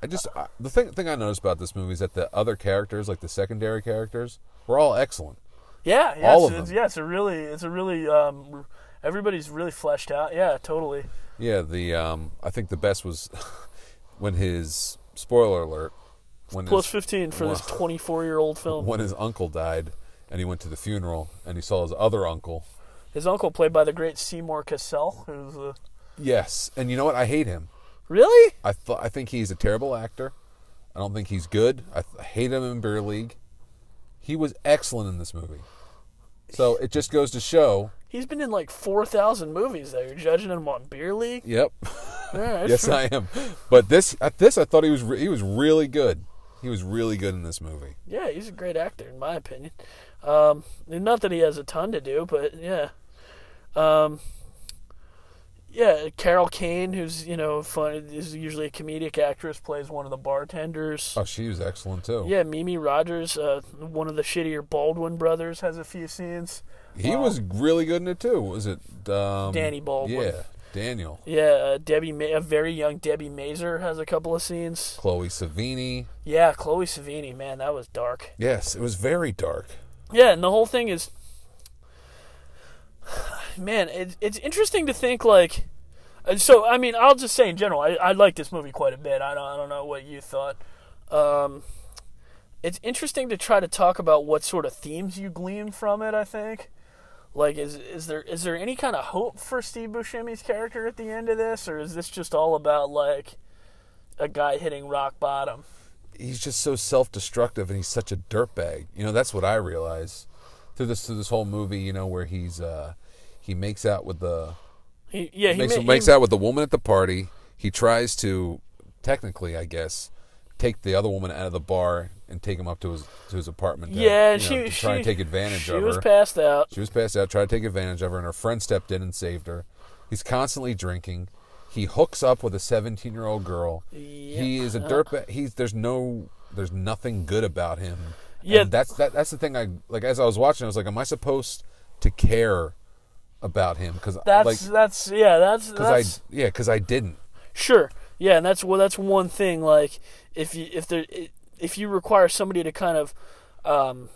Speaker 2: I just I, the thing thing I noticed about this movie is that the other characters, like the secondary characters, were all excellent.
Speaker 1: yeah, yeah, it's,
Speaker 2: All of
Speaker 1: it's-
Speaker 2: them.
Speaker 1: yeah, it's a really, it's a really, um, r- everybody's really fleshed out. Yeah, totally.
Speaker 2: Yeah, the um, I think the best was when his spoiler alert when
Speaker 1: Plus
Speaker 2: his-
Speaker 1: fifteen for this
Speaker 2: when-
Speaker 1: twenty-four-year-old film.
Speaker 2: when his uncle died and he went to the funeral and he saw his other uncle.
Speaker 1: His uncle, played by the great Seymour Cassell, who's a
Speaker 2: Yes, and you know what? I hate him.
Speaker 1: Really?
Speaker 2: I th- I think he's a terrible actor. I don't think he's good. I, th- I hate him in Beer League. He was excellent in this movie. So it just goes to show.
Speaker 1: He's been in like 4,000 movies, though. You're judging him on Beer League?
Speaker 2: Yep.
Speaker 1: All right,
Speaker 2: yes,
Speaker 1: sure.
Speaker 2: I am. But this at this I thought he was re- he was really good. He was really good in this movie.
Speaker 1: Yeah, he's a great actor, in my opinion. Um, and not that he has a ton to do, but yeah. Um, yeah, Carol Kane, who's, you know, fun, is usually a comedic actress, plays one of the bartenders.
Speaker 2: Oh, she was excellent too.
Speaker 1: Yeah, Mimi Rogers, uh, one of the shittier Baldwin brothers, has a few scenes.
Speaker 2: He
Speaker 1: Um,
Speaker 2: was really good in it too. Was it um,
Speaker 1: Danny Baldwin.
Speaker 2: Yeah, Daniel,
Speaker 1: Yeah, uh, Debbie, Ma- a very young Debbie Mazer has a couple of scenes.
Speaker 2: Chloe Savini.
Speaker 1: Yeah, Chloe Savini, man, that was dark.
Speaker 2: Yes, it was very dark.
Speaker 1: Yeah, and the whole thing is, man, it, it's interesting to think like. uh, So I mean, I'll just say in general, I, I like this movie quite a bit. I don't, I don't know what you thought. Um, it's interesting to try to talk about what sort of themes you glean from it. I think, like, is is there is there any kind of hope for Steve Buscemi's character at the end of this, or is this just all about like a guy hitting rock bottom?
Speaker 2: he's just so self-destructive and he's such a dirtbag. You know, that's what I realize through this through this whole movie. You know, where he's uh, he makes out with the
Speaker 1: He, yeah, he
Speaker 2: makes,
Speaker 1: ma-
Speaker 2: makes
Speaker 1: he-
Speaker 2: out with the woman at the party. He tries to, technically, I guess, take the other woman out of the bar and take him up to his to his apartment. to,
Speaker 1: Yeah,
Speaker 2: you know,
Speaker 1: she
Speaker 2: to try and
Speaker 1: she-
Speaker 2: take advantage
Speaker 1: she
Speaker 2: of her.
Speaker 1: was passed out.
Speaker 2: She was passed out. Tried to take advantage of her, and her friend stepped in and saved her. He's constantly drinking. He hooks up with a seventeen-year-old girl. He is a dirtbag. He's there's no there's nothing good about him.
Speaker 1: Yeah.
Speaker 2: and that's that, that's the thing. I like as I was watching, I was like, am I supposed to care about him? Because
Speaker 1: That's
Speaker 2: like,
Speaker 1: that's yeah, that's that's
Speaker 2: because I yeah, because I didn't.
Speaker 1: Sure. Yeah, and that's well, that's one thing. Like, if you if there if you require somebody to kind of um,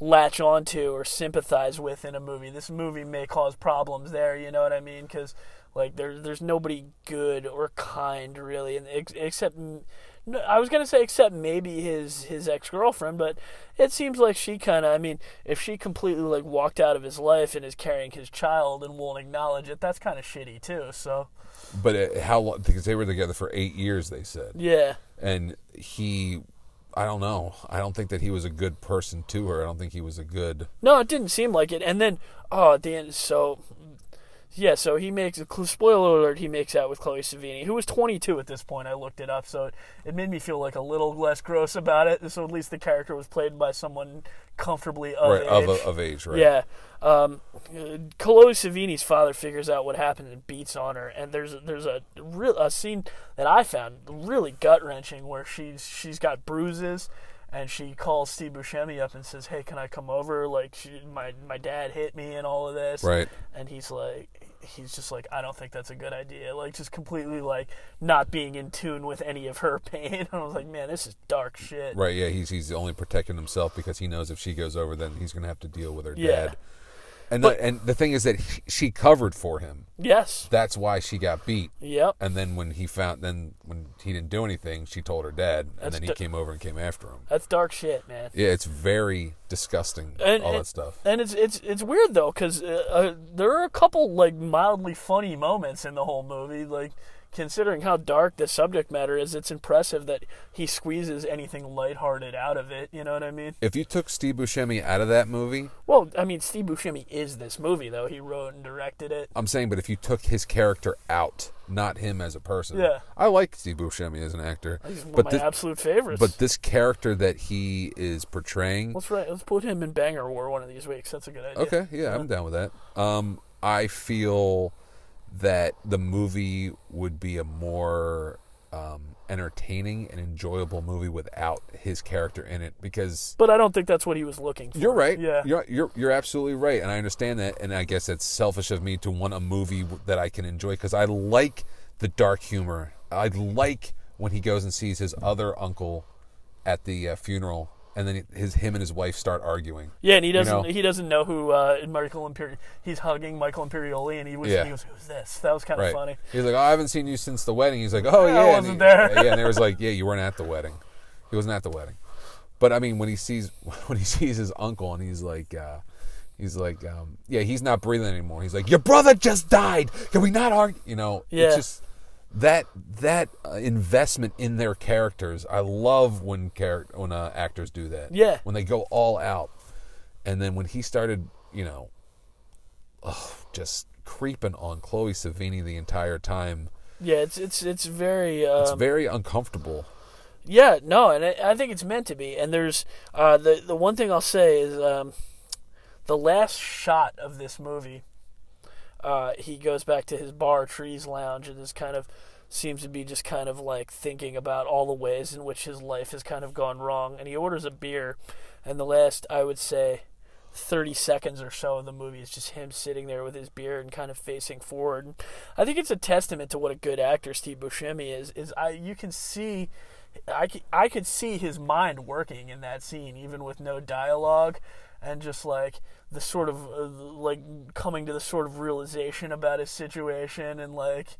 Speaker 1: latch onto or sympathize with in a movie, this movie may cause problems there. You know what I mean? Because like there's there's nobody good or kind really, and ex- except m- no, I was gonna say except maybe his his ex girlfriend, but it seems like she kind of. I mean, if she completely like walked out of his life and is carrying his child and won't acknowledge it, that's kind of shitty too. So.
Speaker 2: But uh how long? Because they were together for eight years. They said.
Speaker 1: Yeah.
Speaker 2: And he, I don't know. I don't think that he was a good person to her. I don't think he was a good.
Speaker 1: No, it didn't seem like it. And then, oh, at the end, so yeah, so he makes a spoiler alert. He makes out with Chloe Savini, who was 22 at this point. I looked it up, so it, it made me feel like a little less gross about it. So at least the character was played by someone comfortably of
Speaker 2: Right,
Speaker 1: age.
Speaker 2: of- of age, right.
Speaker 1: Yeah. Um, uh, Chloe Savini's father figures out what happened and beats on her. And there's there's a real a scene that I found really gut wrenching where she's she's got bruises. And she calls Steve Buscemi up and says, "Hey, can I come over? Like, she, my my dad hit me and all of this."
Speaker 2: Right.
Speaker 1: And he's like, he's just like, I don't think that's a good idea. Like, just completely like not being in tune with any of her pain. And I was like, man, this is dark shit.
Speaker 2: Right. Yeah. He's he's only protecting himself because he knows if she goes over, then he's going to have to deal with her
Speaker 1: Yeah.
Speaker 2: dad. And
Speaker 1: But-
Speaker 2: the, and the thing is that he, she covered for him.
Speaker 1: Yes.
Speaker 2: That's why she got beat.
Speaker 1: Yep.
Speaker 2: And then when he found, then when he didn't do anything, she told her dad, and
Speaker 1: That's
Speaker 2: then he
Speaker 1: di-
Speaker 2: came over and came after him.
Speaker 1: That's dark shit, man.
Speaker 2: Yeah, it's very disgusting.
Speaker 1: And,
Speaker 2: all
Speaker 1: and-
Speaker 2: that stuff.
Speaker 1: And it's it's it's weird though, because uh, uh, there are a couple like mildly funny moments in the whole movie. Like considering how dark the subject matter is, it's impressive that he squeezes anything lighthearted out of it. You know what I mean?
Speaker 2: If you took Steve Buscemi out of that movie,
Speaker 1: Well, I mean, Steve Buscemi is this movie though. He wrote and directed it.
Speaker 2: I'm saying, but if you took his character out, not him as a person.
Speaker 1: Yeah.
Speaker 2: I like Steve Buscemi as an actor.
Speaker 1: He's one
Speaker 2: but
Speaker 1: of my
Speaker 2: this-
Speaker 1: absolute favorites.
Speaker 2: But this character that he is portraying,
Speaker 1: Let's right. Let's put him in Banger War one of these weeks. That's a good idea.
Speaker 2: Okay, yeah, I'm down with that. Um, I feel that the movie would be a more um, entertaining and enjoyable movie without his character in it because
Speaker 1: But I don't think that's what he was looking for.
Speaker 2: you're right.
Speaker 1: Yeah.
Speaker 2: you're you're you're absolutely right, and I understand that. And I guess it's selfish of me to want a movie w- that I can enjoy because I like the dark humor. I like when he goes and sees his other uncle at the uh, funeral, and then his him and his wife start arguing.
Speaker 1: Yeah, and he
Speaker 2: You
Speaker 1: doesn't.
Speaker 2: know?
Speaker 1: He doesn't know who uh, Michael Imperioli. He's hugging Michael Imperioli, and he, was,
Speaker 2: Yeah.
Speaker 1: he goes, "Who's this?" That was kind of
Speaker 2: Right.
Speaker 1: funny.
Speaker 2: He's like, oh, I haven't seen you since the wedding. He's like, oh
Speaker 1: I
Speaker 2: yeah, and
Speaker 1: wasn't
Speaker 2: he-
Speaker 1: there.
Speaker 2: yeah, and there was like, yeah, you weren't at the wedding. He wasn't at the wedding. But I mean, when he sees when he sees his uncle, and he's like, uh, he's like, um, yeah, he's not breathing anymore. He's like, your brother just died. Can we not argue? You know,
Speaker 1: Yeah.
Speaker 2: it's just that that uh, investment in their characters. I love when character when uh, actors do that.
Speaker 1: Yeah.
Speaker 2: when they go all out, and then when he started, you know, just creeping on Chloe Savini the entire time.
Speaker 1: Yeah, it's it's it's very. Um,
Speaker 2: It's very uncomfortable.
Speaker 1: Yeah, no, and I, I think it's meant to be. And there's uh, the the one thing I'll say is um, the last shot of this movie. Uh, he goes back to his bar, Trees Lounge, and is kind of seems to be just kind of like thinking about all the ways in which his life has kind of gone wrong. And he orders a beer, and the last I would say. 30 seconds or so of the movie is just him sitting there with his beer and kind of facing forward. And I think it's a testament to what a good actor Steve Buscemi is is I you can see I, c- I could see his mind working in that scene even with no dialogue and just like the sort of uh, like coming to the sort of realization about his situation and like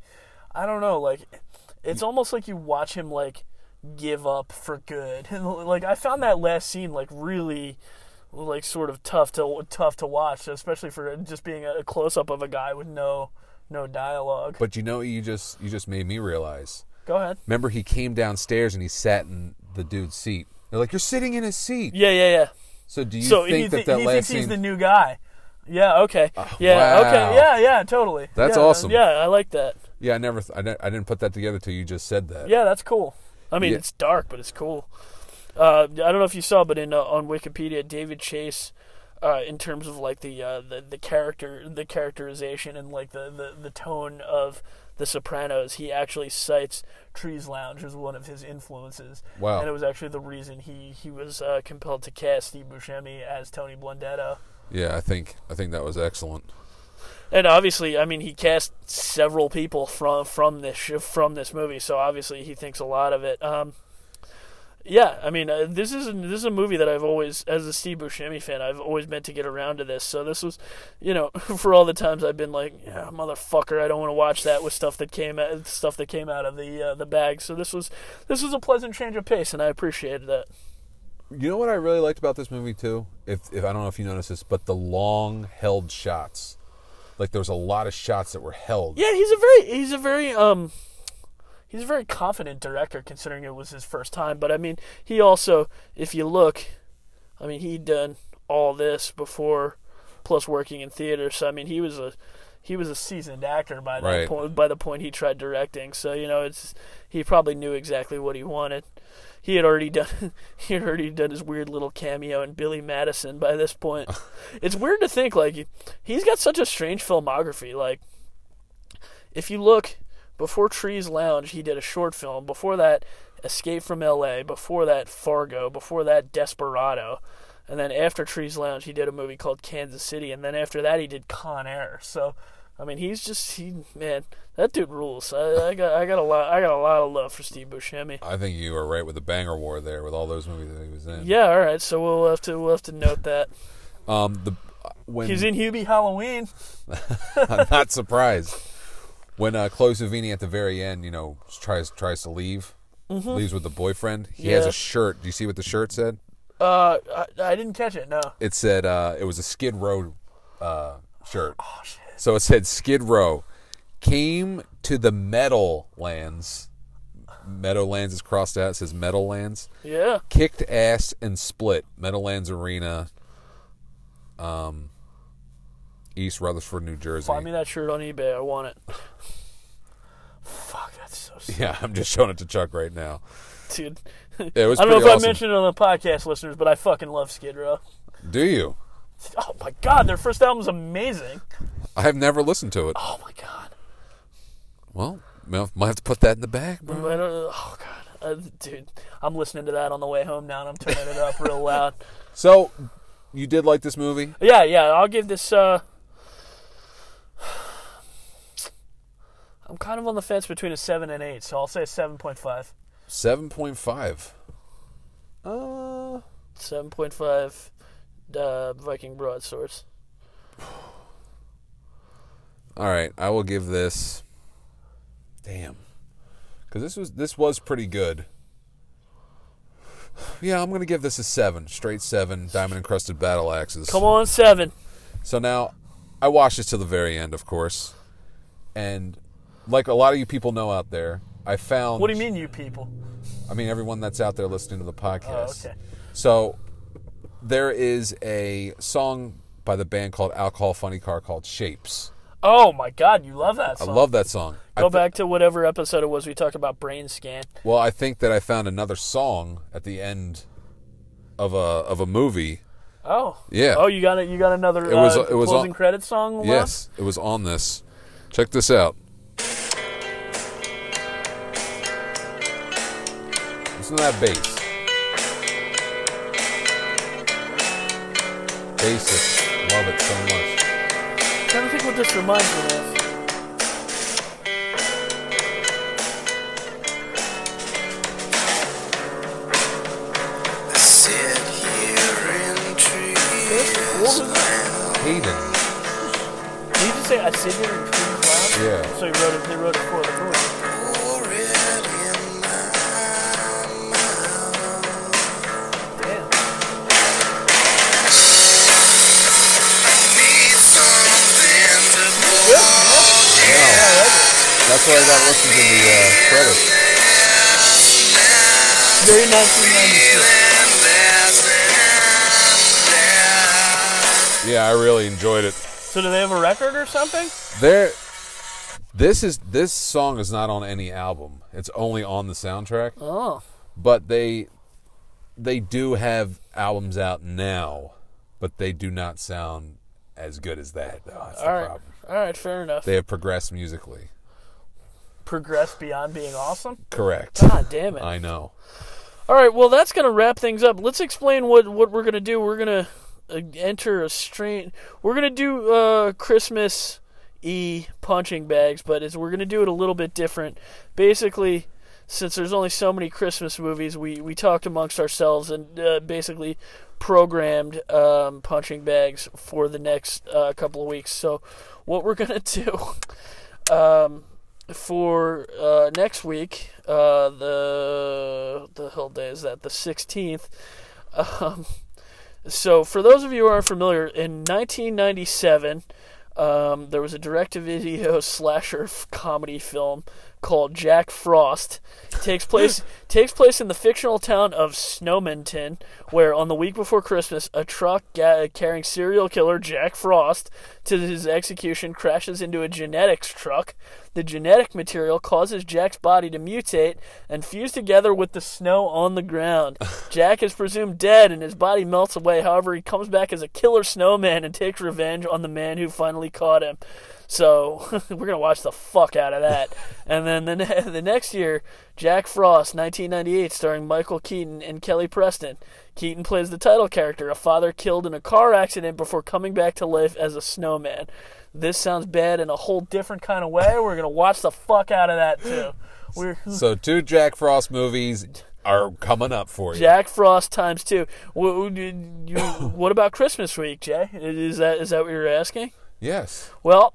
Speaker 1: I don't know like it's almost like you watch him like give up for good and like I found that last scene like really like sort of tough to tough to watch, especially for just being a close up of a guy with no no dialogue.
Speaker 2: But you know, you just you just made me realize.
Speaker 1: Go ahead.
Speaker 2: Remember, he came downstairs and he sat in the dude's seat. They're like, "You're sitting in his seat."
Speaker 1: Yeah, yeah, yeah.
Speaker 2: So do you
Speaker 1: so he,
Speaker 2: think
Speaker 1: thi-
Speaker 2: that that
Speaker 1: he
Speaker 2: last
Speaker 1: thinks
Speaker 2: scene? Ah,
Speaker 1: he's the new guy. Yeah. Okay. yeah.
Speaker 2: wow.
Speaker 1: Okay. Yeah. Yeah. Totally.
Speaker 2: That's
Speaker 1: Yeah,
Speaker 2: awesome.
Speaker 1: Yeah, I like that.
Speaker 2: yeah, I never, th- I, didn't, I didn't put that together till you just said that.
Speaker 1: Yeah, that's cool. I mean,
Speaker 2: Yeah.
Speaker 1: it's dark, but it's cool. Uh, I don't know if you saw, but in uh, on Wikipedia, David Chase, uh, in terms of like the, uh, the the character, the characterization, and like the, the, the tone of The Sopranos, he actually cites Trees Lounge as one of his influences.
Speaker 2: Wow.
Speaker 1: And it was actually the reason he he was uh, compelled to cast Steve Buscemi as Tony Blundetto.
Speaker 2: Yeah, I think, I think that was excellent.
Speaker 1: And obviously, I mean, he cast several people from from this sh- from this movie, so obviously he thinks a lot of it. Um, yeah, I mean, uh, this is a, this is a movie that I've always, as a Steve Buscemi fan, I've always meant to get around to this. So this was, you know, for all the times I've been like, yeah, motherfucker, I don't want to watch that with stuff that came out stuff that came out of the uh, the bag. So this was this was a pleasant change of pace, and I appreciated that.
Speaker 2: You know what I really liked about this movie too? If, if I don't know if you noticed this, but the long held shots, like there was a lot of shots that were held.
Speaker 1: Yeah, he's a very he's a very um he's a very confident director considering it was his first time, but I mean, he also if you look, I mean, he'd done all this before plus working in theater, so I mean, he was a he was a seasoned actor by that
Speaker 2: Right.
Speaker 1: point by the point he tried directing. So, you know, it's he probably knew exactly what he wanted. He had already done he had already done his weird little cameo in Billy Madison by this point. it's weird to think like he's got such a strange filmography like if you look before Trees Lounge, he did a short film. Before that, Escape from L.A. Before that, Fargo. Before that, Desperado. And then after Trees Lounge, he did a movie called Kansas City. And then after that, he did Con Air. So, I mean, he's just he man, that dude rules. I, I got I got a lot I got a lot of love for Steve Buscemi.
Speaker 2: I think you were right with the banger war there with all those movies that he was in.
Speaker 1: Yeah, all right. So we'll have to we'll have to note that
Speaker 2: Um, the when
Speaker 1: he's in Hubie Halloween.
Speaker 2: I'm not surprised. When uh, Chloe Savini at the very end, you know, tries tries to leave,
Speaker 1: Mhm.
Speaker 2: leaves with the boyfriend. He has
Speaker 1: Yeah.
Speaker 2: a shirt. Do you see what the shirt said?
Speaker 1: Uh, I, I didn't catch it. No.
Speaker 2: It said uh, it was a Skid Row uh, shirt.
Speaker 1: Oh,
Speaker 2: So it said Skid Row came to the Meadowlands. Meadowlands is crossed out. It says Meadowlands.
Speaker 1: Yeah.
Speaker 2: Kicked ass and split. Meadowlands Arena. Um. East Rutherford, New Jersey.
Speaker 1: Find me that shirt on eBay. I want it. Fuck, that's so sick.
Speaker 2: Yeah, I'm just showing it to Chuck right now.
Speaker 1: dude.
Speaker 2: Yeah, it was
Speaker 1: I don't know if
Speaker 2: pretty
Speaker 1: I
Speaker 2: awesome.
Speaker 1: mentioned it on the podcast, listeners, but I fucking love Skid Row.
Speaker 2: Do you?
Speaker 1: Oh my god, their first album's amazing.
Speaker 2: I have never listened to it.
Speaker 1: Oh my god.
Speaker 2: Well, might might have to put that in the back,
Speaker 1: I
Speaker 2: bro.
Speaker 1: don't, oh god, uh, dude, I'm listening to that on the way home now, and I'm turning it up real loud.
Speaker 2: So, you did like this movie?
Speaker 1: Yeah, yeah, I'll give this. uh I'm kind of on the fence between a seven and eight, so I'll say seven point five.
Speaker 2: Seven point five. Uh,
Speaker 1: Seven point five. Uh, Viking broadswords.
Speaker 2: All right, I will give this. Damn, because this was this was pretty good. Yeah, I'm gonna give this a seven, straight seven, diamond encrusted battle axes.
Speaker 1: Come on, seven.
Speaker 2: So now, I watched this to the very end, of course, and like a lot of you people know out there, I found.
Speaker 1: What do you mean, you people? Oh,
Speaker 2: I mean, everyone that's out there listening to the podcast.
Speaker 1: okay.
Speaker 2: So there is a song by the band called Alcohol Funny Car called Shapes.
Speaker 1: Oh my god, you love that song.
Speaker 2: I love that song. I
Speaker 1: Go
Speaker 2: thi-
Speaker 1: back to whatever episode it was we talked about brain scan.
Speaker 2: Well, I think that I found another song at the end of a of a movie.
Speaker 1: Oh.
Speaker 2: Yeah.
Speaker 1: Oh, you got it. You got another
Speaker 2: It was-
Speaker 1: uh,
Speaker 2: it was on-
Speaker 1: closing credits song. left?
Speaker 2: Yes, it was on this. Check this out. Listen to that bass. Basic. Love it so much.
Speaker 1: trying to think what this reminds me of.
Speaker 2: Hayden.
Speaker 1: Did you just say I sit here and dream loud?
Speaker 2: Yeah.
Speaker 1: So he wrote it. They wrote it for the movie.
Speaker 2: That's why I got listened to the uh, credits.
Speaker 1: Very 1996.
Speaker 2: Yeah, I really enjoyed it.
Speaker 1: So do they have a record or something?
Speaker 2: There, this is this song is not on any album. It's only on the soundtrack.
Speaker 1: Oh.
Speaker 2: But they, they do have albums out now, but they do not sound as good as that. Though that's the
Speaker 1: All right.
Speaker 2: problem.
Speaker 1: All right, fair enough.
Speaker 2: They have progressed musically.
Speaker 1: Progress beyond being awesome.
Speaker 2: Correct.
Speaker 1: God damn it.
Speaker 2: I know.
Speaker 1: All right, well that's going to wrap things up. Let's explain what what we're going to do. We're going to uh, enter a strain. We're going to do uh Christmas E punching bags, but it's, we're going to do it a little bit different. Basically, since there's only so many Christmas movies, we we talked amongst ourselves and uh, basically programmed um, punching bags for the next uh, couple of weeks. So, what we're going to do um for uh, next week, uh, the the hell day is that? The sixteenth. Um, so, for those of you who aren't familiar, in 1997, um, there was a direct-to-video slasher f- comedy film called Jack Frost. It takes place takes place in the fictional town of Snowminton, where on the week before Christmas, a truck ga- uh, carrying serial killer Jack Frost to his execution crashes into a genetics truck. The genetic material causes Jack's body to mutate and fuse together with the snow on the ground. Jack is presumed dead and his body melts away. However, he comes back as a killer snowman and takes revenge on the man who finally caught him. So we're gonna watch the fuck out of that. and then the ne- the next year, Jack Frost, 1998, starring Michael Keaton and Kelly Preston. Keaton plays the title character, a father killed in a car accident before coming back to life as a snowman. This sounds bad in a whole different kind of way. We're gonna watch the fuck out of that too. We're
Speaker 2: So two Jack Frost movies are coming up for you.
Speaker 1: Jack Frost times two. What, what do you- you- what about Christmas week, Jay? Is that is that what you're asking?
Speaker 2: Yes.
Speaker 1: Well,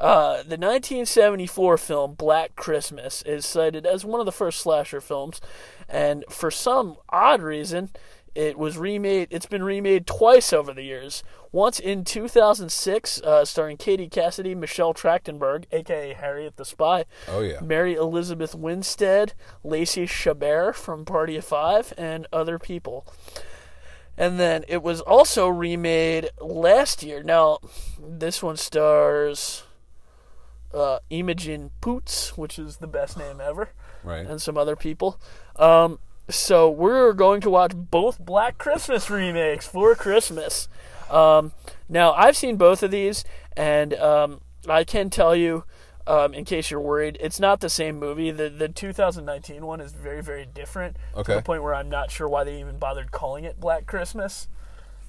Speaker 1: uh, the 1974 film Black Christmas is cited as one of the first slasher films, and for some odd reason, it was remade. It's been remade twice over the years. Once in 2006, uh, starring Katie Cassidy, Michelle Trachtenberg, aka Harriet the Spy.
Speaker 2: Oh, yeah.
Speaker 1: Mary Elizabeth Winstead, Lacey Chabert from Party of Five, and other people. And then it was also remade last year. Now, this one stars uh, Imogen Poots, which is the best name ever,
Speaker 2: Right.
Speaker 1: and some other people. Um, so we're going to watch both Black Christmas remakes for Christmas. Um, now, I've seen both of these, and um, I can tell you, um, in case you're worried, it's not the same movie. The the 2019 one is very very different
Speaker 2: Okay.
Speaker 1: to the point where I'm not sure why they even bothered calling it Black Christmas.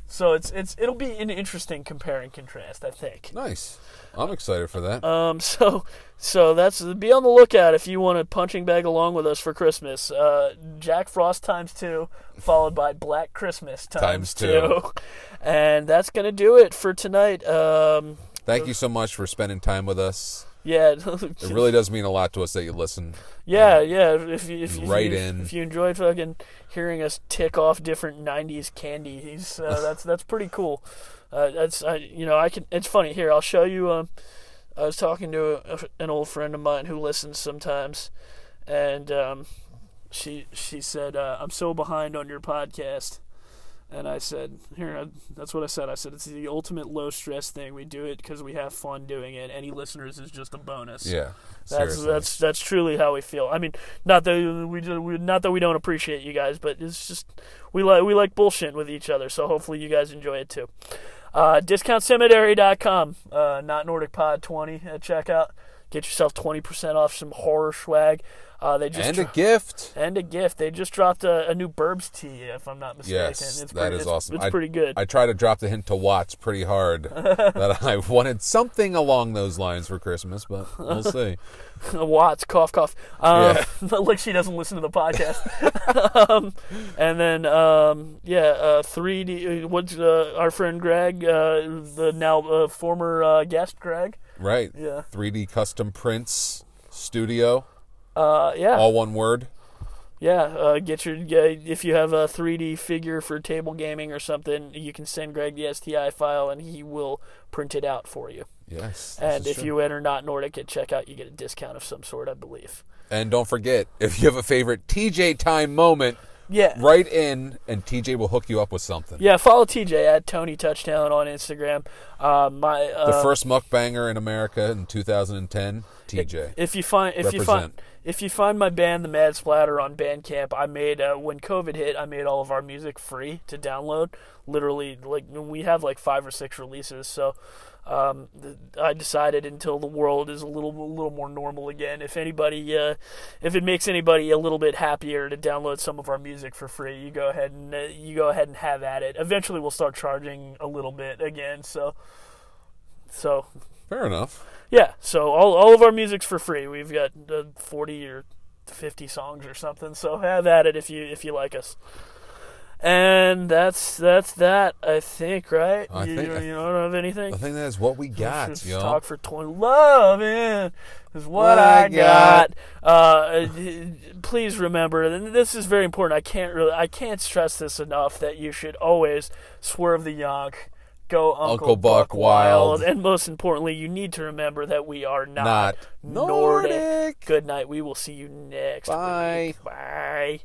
Speaker 1: So it's it's it'll be an interesting compare and contrast, I think.
Speaker 2: Nice. I'm excited for that.
Speaker 1: Um, so so that's be on the lookout if you want a punching bag along with us for Christmas. Uh, Jack Frost times two, followed by Black Christmas times,
Speaker 2: Times two.
Speaker 1: and that's gonna do it for tonight. Um,
Speaker 2: Thank you so much for spending time with us.
Speaker 1: yeah,
Speaker 2: It really does mean a lot to us that you listen.
Speaker 1: Yeah, yeah. If you if you,
Speaker 2: Right
Speaker 1: if, you-
Speaker 2: in.
Speaker 1: if you enjoyed fucking hearing us tick off different '90s candies, uh, that's that's pretty cool. Uh, that's I you know I can. It's funny here. I'll show you. Um, I was talking to a, an old friend of mine who listens sometimes, and um, she she said uh, I'm so behind on your podcast. And I said, here, I, that's what I said. I said, it's the ultimate low stress thing. We do it because we have fun doing it. Any listeners is just a bonus.
Speaker 2: Yeah,
Speaker 1: That's
Speaker 2: seriously.
Speaker 1: that's that's truly how we feel. I mean, not that we, do- we not that we don't appreciate you guys, but it's just we like we like bullshit with each other. So hopefully you guys enjoy it too. Uh, DiscountSeminary.com, uh, not Nordic Pod twenty at checkout. Get yourself twenty percent off some horror swag. Uh, they just
Speaker 2: And a
Speaker 1: dro-
Speaker 2: gift.
Speaker 1: And a gift. They just dropped a, a new Burbs tea, if I'm not mistaken.
Speaker 2: Yes,
Speaker 1: it's
Speaker 2: that
Speaker 1: pretty,
Speaker 2: is
Speaker 1: it's,
Speaker 2: awesome.
Speaker 1: It's
Speaker 2: I-
Speaker 1: pretty good.
Speaker 2: I try to drop the hint to Watts pretty hard that I wanted something along those lines for Christmas, but we'll see.
Speaker 1: Watts, cough, cough. Um, like she doesn't listen to the podcast. um, and then, um, yeah, uh, 3D. uh, What's uh, our friend Greg, uh, the now uh, former uh, guest Greg?
Speaker 2: Right.
Speaker 1: Yeah.
Speaker 2: 3D custom prints studio.
Speaker 1: Uh, yeah.
Speaker 2: All one word.
Speaker 1: Yeah, uh, get your yeah, if you have a 3D figure for table gaming or something, you can send Greg the STI file and he will print it out for you.
Speaker 2: Yes, this
Speaker 1: And
Speaker 2: is
Speaker 1: if
Speaker 2: true.
Speaker 1: you enter not Nordic at checkout, you get a discount of some sort, I believe.
Speaker 2: And don't forget, if you have a favorite TJ time moment,
Speaker 1: Yeah.
Speaker 2: Right in, and TJ will hook you up with something.
Speaker 1: Yeah, follow TJ at Tony Touchdown on Instagram. Uh, my uh,
Speaker 2: The first mukbanger in America in 2010, TJ.
Speaker 1: If you find if you find
Speaker 2: Represent.
Speaker 1: if you find my band, the Mad Splatter, on Bandcamp, I made uh, when COVID hit, I made all of our music free to download. Literally, like we have like five or six releases, so. Um, th- I decided until the world is a little a little more normal again. If anybody, uh, if it makes anybody a little bit happier to download some of our music for free, you go ahead and uh, you go ahead and have at it. Eventually, we'll start charging a little bit again. So, so
Speaker 2: Fair enough.
Speaker 1: yeah, so all all of our music's for free. We've got uh, forty or fifty songs or something. So have at it if you if you like us. And that's that's that. I think right.
Speaker 2: I
Speaker 1: you,
Speaker 2: think-
Speaker 1: you, you don't have anything.
Speaker 2: I think that is what we got,
Speaker 1: Just
Speaker 2: yo.
Speaker 1: Talk for twenty. Loving is what
Speaker 2: What
Speaker 1: I
Speaker 2: I
Speaker 1: got. Uh, please remember, and this is very important. I can't really, I can't stress this enough that you should always swerve the yonk, go Uncle,
Speaker 2: Uncle
Speaker 1: Buck,
Speaker 2: Buck
Speaker 1: wild.
Speaker 2: wild.
Speaker 1: and most importantly, you need to remember that we are not,
Speaker 2: Not
Speaker 1: Nordic. Good night. We will see you next. Bye. Week. Bye.